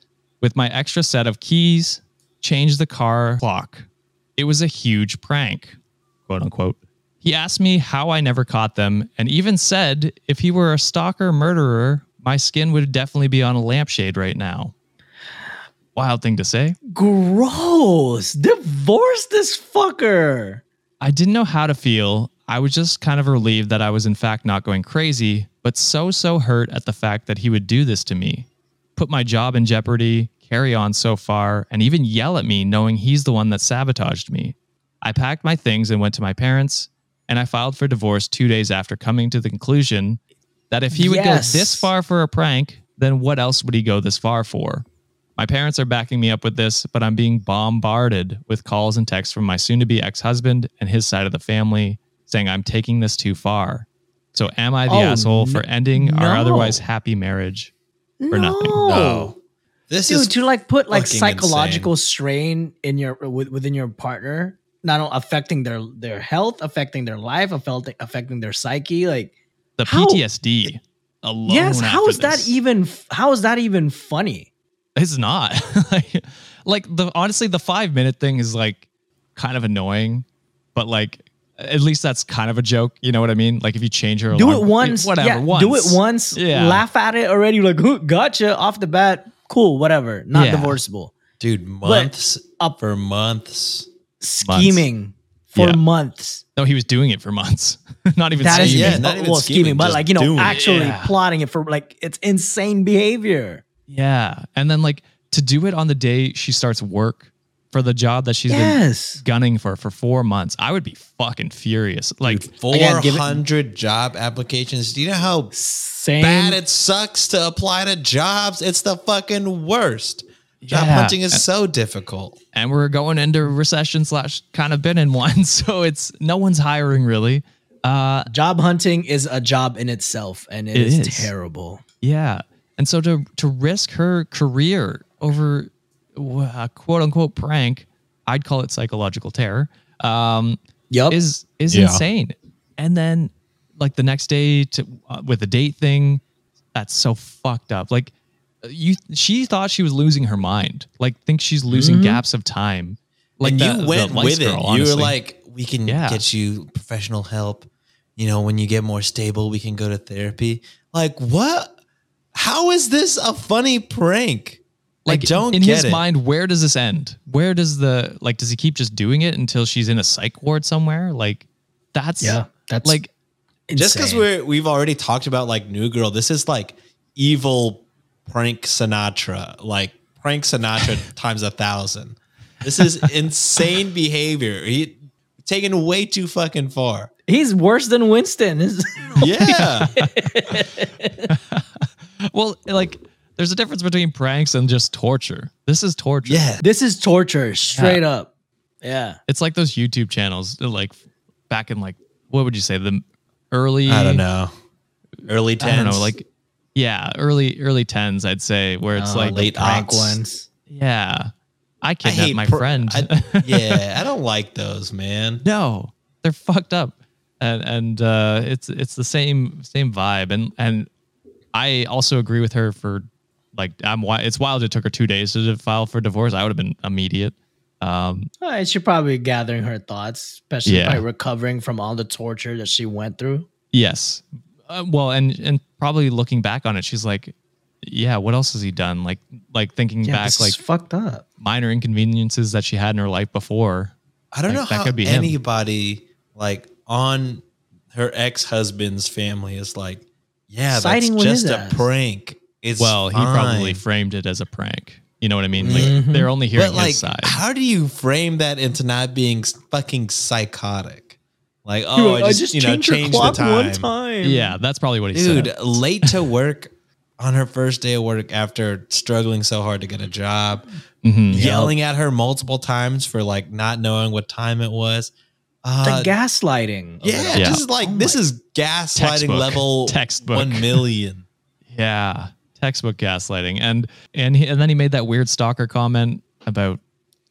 B: with my extra set of keys, changed the car clock. It was a huge prank, quote unquote. He asked me how I never caught them and even said if he were a stalker murderer, my skin would definitely be on a lampshade right now. Wild thing to say.
C: Gross! Divorce this fucker.
B: I didn't know how to feel. I was just kind of relieved that I was, in fact, not going crazy, but so, so hurt at the fact that he would do this to me. Put my job in jeopardy, carry on so far, and even yell at me knowing he's the one that sabotaged me. I packed my things and went to my parents, and I filed for divorce two days after coming to the conclusion that if he would
C: Yes.
B: go this far for a prank, then what else would he go this far for? My parents are backing me up with this, but I'm being bombarded with calls and texts from my soon to be ex husband and his side of the family saying I'm taking this too far. So, am I the
C: Oh,
B: asshole
C: n-
B: for ending our
C: no.
B: otherwise happy marriage? For nothing.
D: No. This
C: dude,
D: is
C: to like put like
D: fucking
C: psychological strain in your wi- within your partner, not only affecting their their health, affecting their life, affecting affecting their psyche. Like,
B: The
C: How-
B: PTSD alone.
C: yes, how
B: after
C: is that
B: this.
C: even? f- How is that even funny?
B: It's not. like, like the honestly, the five minute thing is like kind of annoying, but like at least that's kind of a joke. You know what I mean? Like if you change your
C: Do it
B: alarm-
C: once,
B: whatever.
C: yeah,
B: once.
C: Do it once.
B: Yeah.
C: Laugh at it already. Like, "Ooh, gotcha off the bat. Cool, whatever. Not
B: Yeah.
C: divorceable.
D: dude months
C: up-
D: for months.
C: Scheming for
B: Yeah.
C: months.
B: No, he was doing it for months. not even
C: That is
B: scheming.
D: Yeah,
C: yeah,
D: not even
C: well scheming,
D: scheming,
C: but
D: just
C: like you know,
D: doing it.
C: actually
B: Yeah.
C: plotting it for like it's insane behavior.
B: Yeah. And then like to do it on the day she starts work for the job that she's
C: Yes.
B: been gunning for for four months, I would be fucking furious. Like
D: Four
C: Again, give it-
D: hundred job applications. Do you know how
C: Same.
D: bad it sucks to apply to jobs? It's the fucking worst. Job
B: Yeah.
D: hunting is so difficult.
B: and we're going into recession slash kind of been in one. So it's no one's hiring really. Uh
C: job hunting is a job in itself, and
B: It
C: it is,
B: is.
C: terrible.
B: yeah. And so to to risk her career over uh, quote unquote prank, I'd call it psychological terror. Um
C: Yup.
B: is is
D: Yeah.
B: insane. And then like the next day to uh, with the date thing, that's so fucked up. Like you, she thought she was losing her mind. Like think she's losing gaps of time, Like
D: Mm-hmm. and
B: the- the
D: you went
B: Lice
D: with it.
B: girl,
D: you
B: honestly.
D: were like, we can
B: Yeah.
D: get you professional help. You know, when you get more stable, we can go to therapy. Like, what? How is this a funny prank? Like, don't
B: in
D: get
B: his
D: it.
B: mind, where does this end? Where does the like? Does he keep just doing it until she's in a psych ward somewhere? Like, that's
C: Yeah, that's
B: like
D: Just because
C: insane.
D: we're we've already talked about like New Girl, this is like evil prank Sinatra, like prank Sinatra times a thousand. This is insane behavior. He taken way too fucking far.
C: he's worse than Winston. It's-
D: Yeah.
B: well, like there's a difference between pranks and just torture. This is torture.
D: yeah.
C: this is torture, straight up. Yeah,
B: it's like those YouTube channels, that, like back in like what would you say the early
D: I don't know. Early tens.
B: I don't know, like yeah, early early tens, I'd say, where it's
C: Uh,
B: like
D: late
C: prank
D: aughts.
C: ones.
B: yeah, I kidnapped my
D: pr-
B: friend.
D: I- yeah, I don't like those, man.
B: no, they're fucked up, and and uh, it's it's the same same vibe, and and I also agree with her for like I'm wi- it's wild it took her two days to file for divorce. I would have been immediate. Um,
C: All right, she's Uh, probably gathering her thoughts, especially
B: Yeah.
C: by recovering from all the torture that she went through.
B: Yes. Uh, well, and and probably looking back on it, she's like, yeah, what else has he done? Like like thinking
C: Yeah,
B: back,
C: this
B: like
C: is fucked up.
B: minor inconveniences that she had in her life before.
D: I don't
B: Like,
D: know
B: that
D: how
B: could be him.
D: anybody like on her ex husband's family is like, yeah,
C: Siding
D: that's
C: with
D: just
C: his
D: a
C: ass.
D: prank. It's
B: well, he probably
D: fine. Mm-hmm.
B: framed it as a prank. You know what I mean? Like
C: Mhm.
B: they're only hearing
D: but like,
B: his side.
D: how do you frame that into not being s- fucking psychotic? Like, oh, I just, you know changed the time.
C: time.
B: yeah, that's probably what he
D: dude,
B: said.
D: late to work on her first day of work after struggling so hard to get a job.
B: Mhm.
D: yelling at her multiple times for like not knowing what time it was.
C: the
D: Uh,
C: gaslighting. of it Oh
D: yeah,
C: all.
B: Yeah.
D: this is like this is gaslighting
B: Textbook.
D: level
B: Textbook.
D: one million.
B: Yeah, textbook gaslighting, and and he, and then he made that weird stalker comment about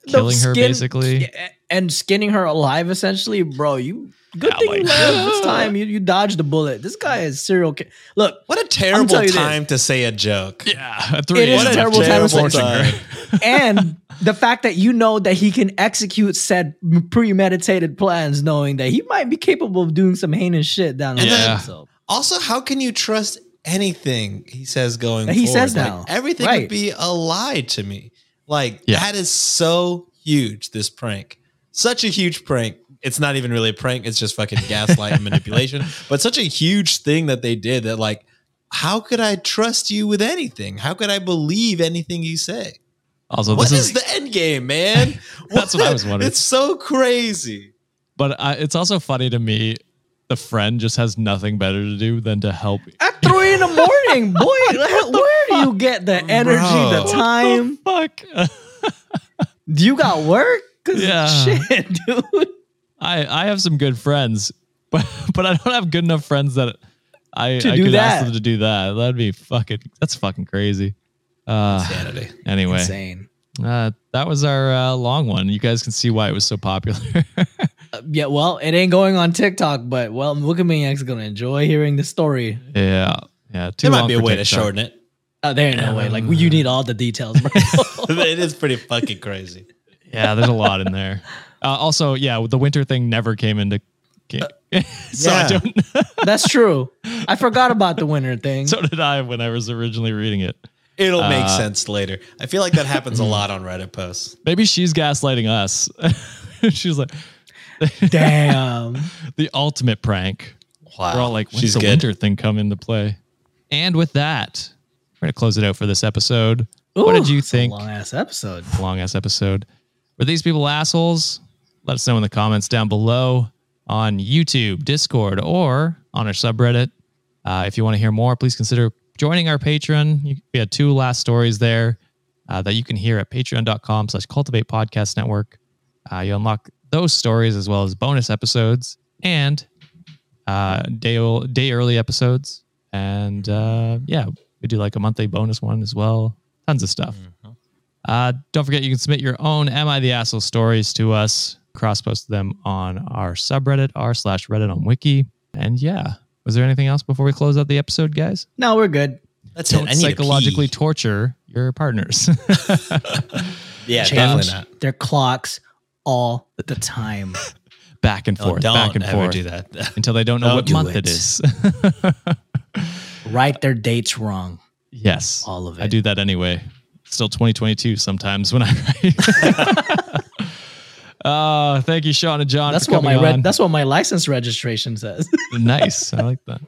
C: The
B: killing her
C: skin-
B: basically.
C: and skinning her alive essentially, bro. You good
B: Yeah,
C: thing you
B: like-
C: lived this time. You you dodged the bullet. This guy is serial. Ki- Look,
D: What a
C: tell
D: terrible
C: you this.
D: time to say a joke.
B: Yeah, at 3
C: It is
B: a.m.
C: a terrible time to say
B: torturing
D: a joke.
C: and the fact that you know that he can execute said premeditated plans, knowing that he might be capable of doing some heinous shit down the
B: Yeah.
C: line. So
D: Also, how can you trust anything he says going
C: That he
D: forward?
C: says
D: Like,
C: now.
D: everything
C: Right.
D: would be a lie to me. Like
B: Yeah.
D: that is so huge, this prank. Such a huge prank. It's not even really a prank, it's just fucking gaslight and manipulation. But such a huge thing that they did that like how could I trust you with anything? How could I believe anything you say?
B: Also,
D: what
B: this
D: is,
B: is
D: the end game, man?
B: That's what I was wondering.
D: It's so crazy.
B: But I, it's also funny to me. The friend just has nothing better to do than to help.
C: at three in the morning, boy, where do you get the energy,
D: Bro.
C: the time?
B: Fuck.
C: Do you got work? 'Cause
B: Yeah.
C: shit, dude.
B: I I have some good friends, but but I don't have good enough friends that I, I
C: To
B: could
C: do
B: ask
C: that.
B: them to do that. That'd be fucking. That's fucking crazy. Uh,
D: Insanity.
B: anyway,
C: Insane.
B: uh, that was our uh, long one. You guys can see why it was so popular.
C: Uh, yeah, well, it ain't going on TikTok, but well, Wikimaniac's gonna enjoy hearing the story.
B: yeah, yeah. Too
D: There might
B: long
D: be a
B: for
D: way to
B: TikTok.
D: shorten it.
C: Oh, there ain't no way. Like, you need all the details, bro.
D: it is pretty fucking crazy.
B: Yeah, there's a lot in there. Uh, also, yeah, the winter thing never came into. so I
D: Uh, yeah.
B: don't.
C: That's true. I forgot about the winter thing.
B: so did I when I was originally reading it.
D: It'll make
B: Uh, mm.
D: sense later. I feel like that happens a lot on Reddit posts.
B: Maybe she's gaslighting us. she's like
C: Damn.
B: the ultimate prank. We're all like, when's
D: She's
B: the
D: good.
B: winter thing come into play? And with that, we're gonna close it out for this episode. what did
C: Ooh,
B: you
C: it's a
B: think?
C: Long ass episode.
B: long ass episode. Were these people assholes? Let us know in the comments down below on YouTube, Discord, or on our subreddit. Uh, if you want to hear more, please consider joining our Patreon. You, we had two last stories there uh, that you can hear at patreon.com slash cultivate podcast network. Uh, you unlock those stories as well as bonus episodes and uh, day, o- day early episodes. And uh, yeah, we do like a monthly bonus one as well. Tons of stuff.
D: Mm-hmm.
B: Uh, don't forget, you can submit your own Am I the Asshole stories to us. Cross-post them on our subreddit, r slash Reddit on Wiki. And yeah, was there anything else before we close out the episode, guys?
C: No, we're good.
D: That's
B: Don't
D: need to
B: psychologically
D: pee.
B: torture your partners.
D: yeah,
C: Change
D: definitely not.
C: their clocks all the time.
B: back and
D: No,
B: forth,
D: don't
B: back and
D: ever
B: forth
D: do that.
B: until they don't know
D: Don't
B: what
D: do
B: month it
C: it.
B: is.
C: Write their dates wrong.
B: yes,
C: All of it.
B: I do that anyway. Still 2022 sometimes when I write. uh, thank you, Sean and John.
C: That's
B: for
C: what my
B: coming
C: re-
B: on.
C: that's what my license registration says.
B: nice. I like that.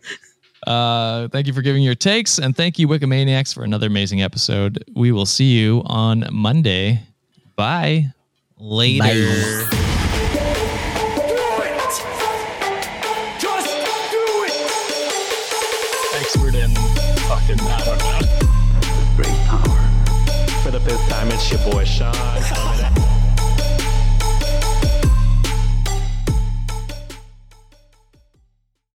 B: Uh, thank you for giving your takes, and thank you, Wikimaniacs, for another amazing episode. We will see you on Monday. Bye.
D: Later.
C: Bye.
A: expert in fucking I don't know. Great power. For the fifth time, it's your boy Sean.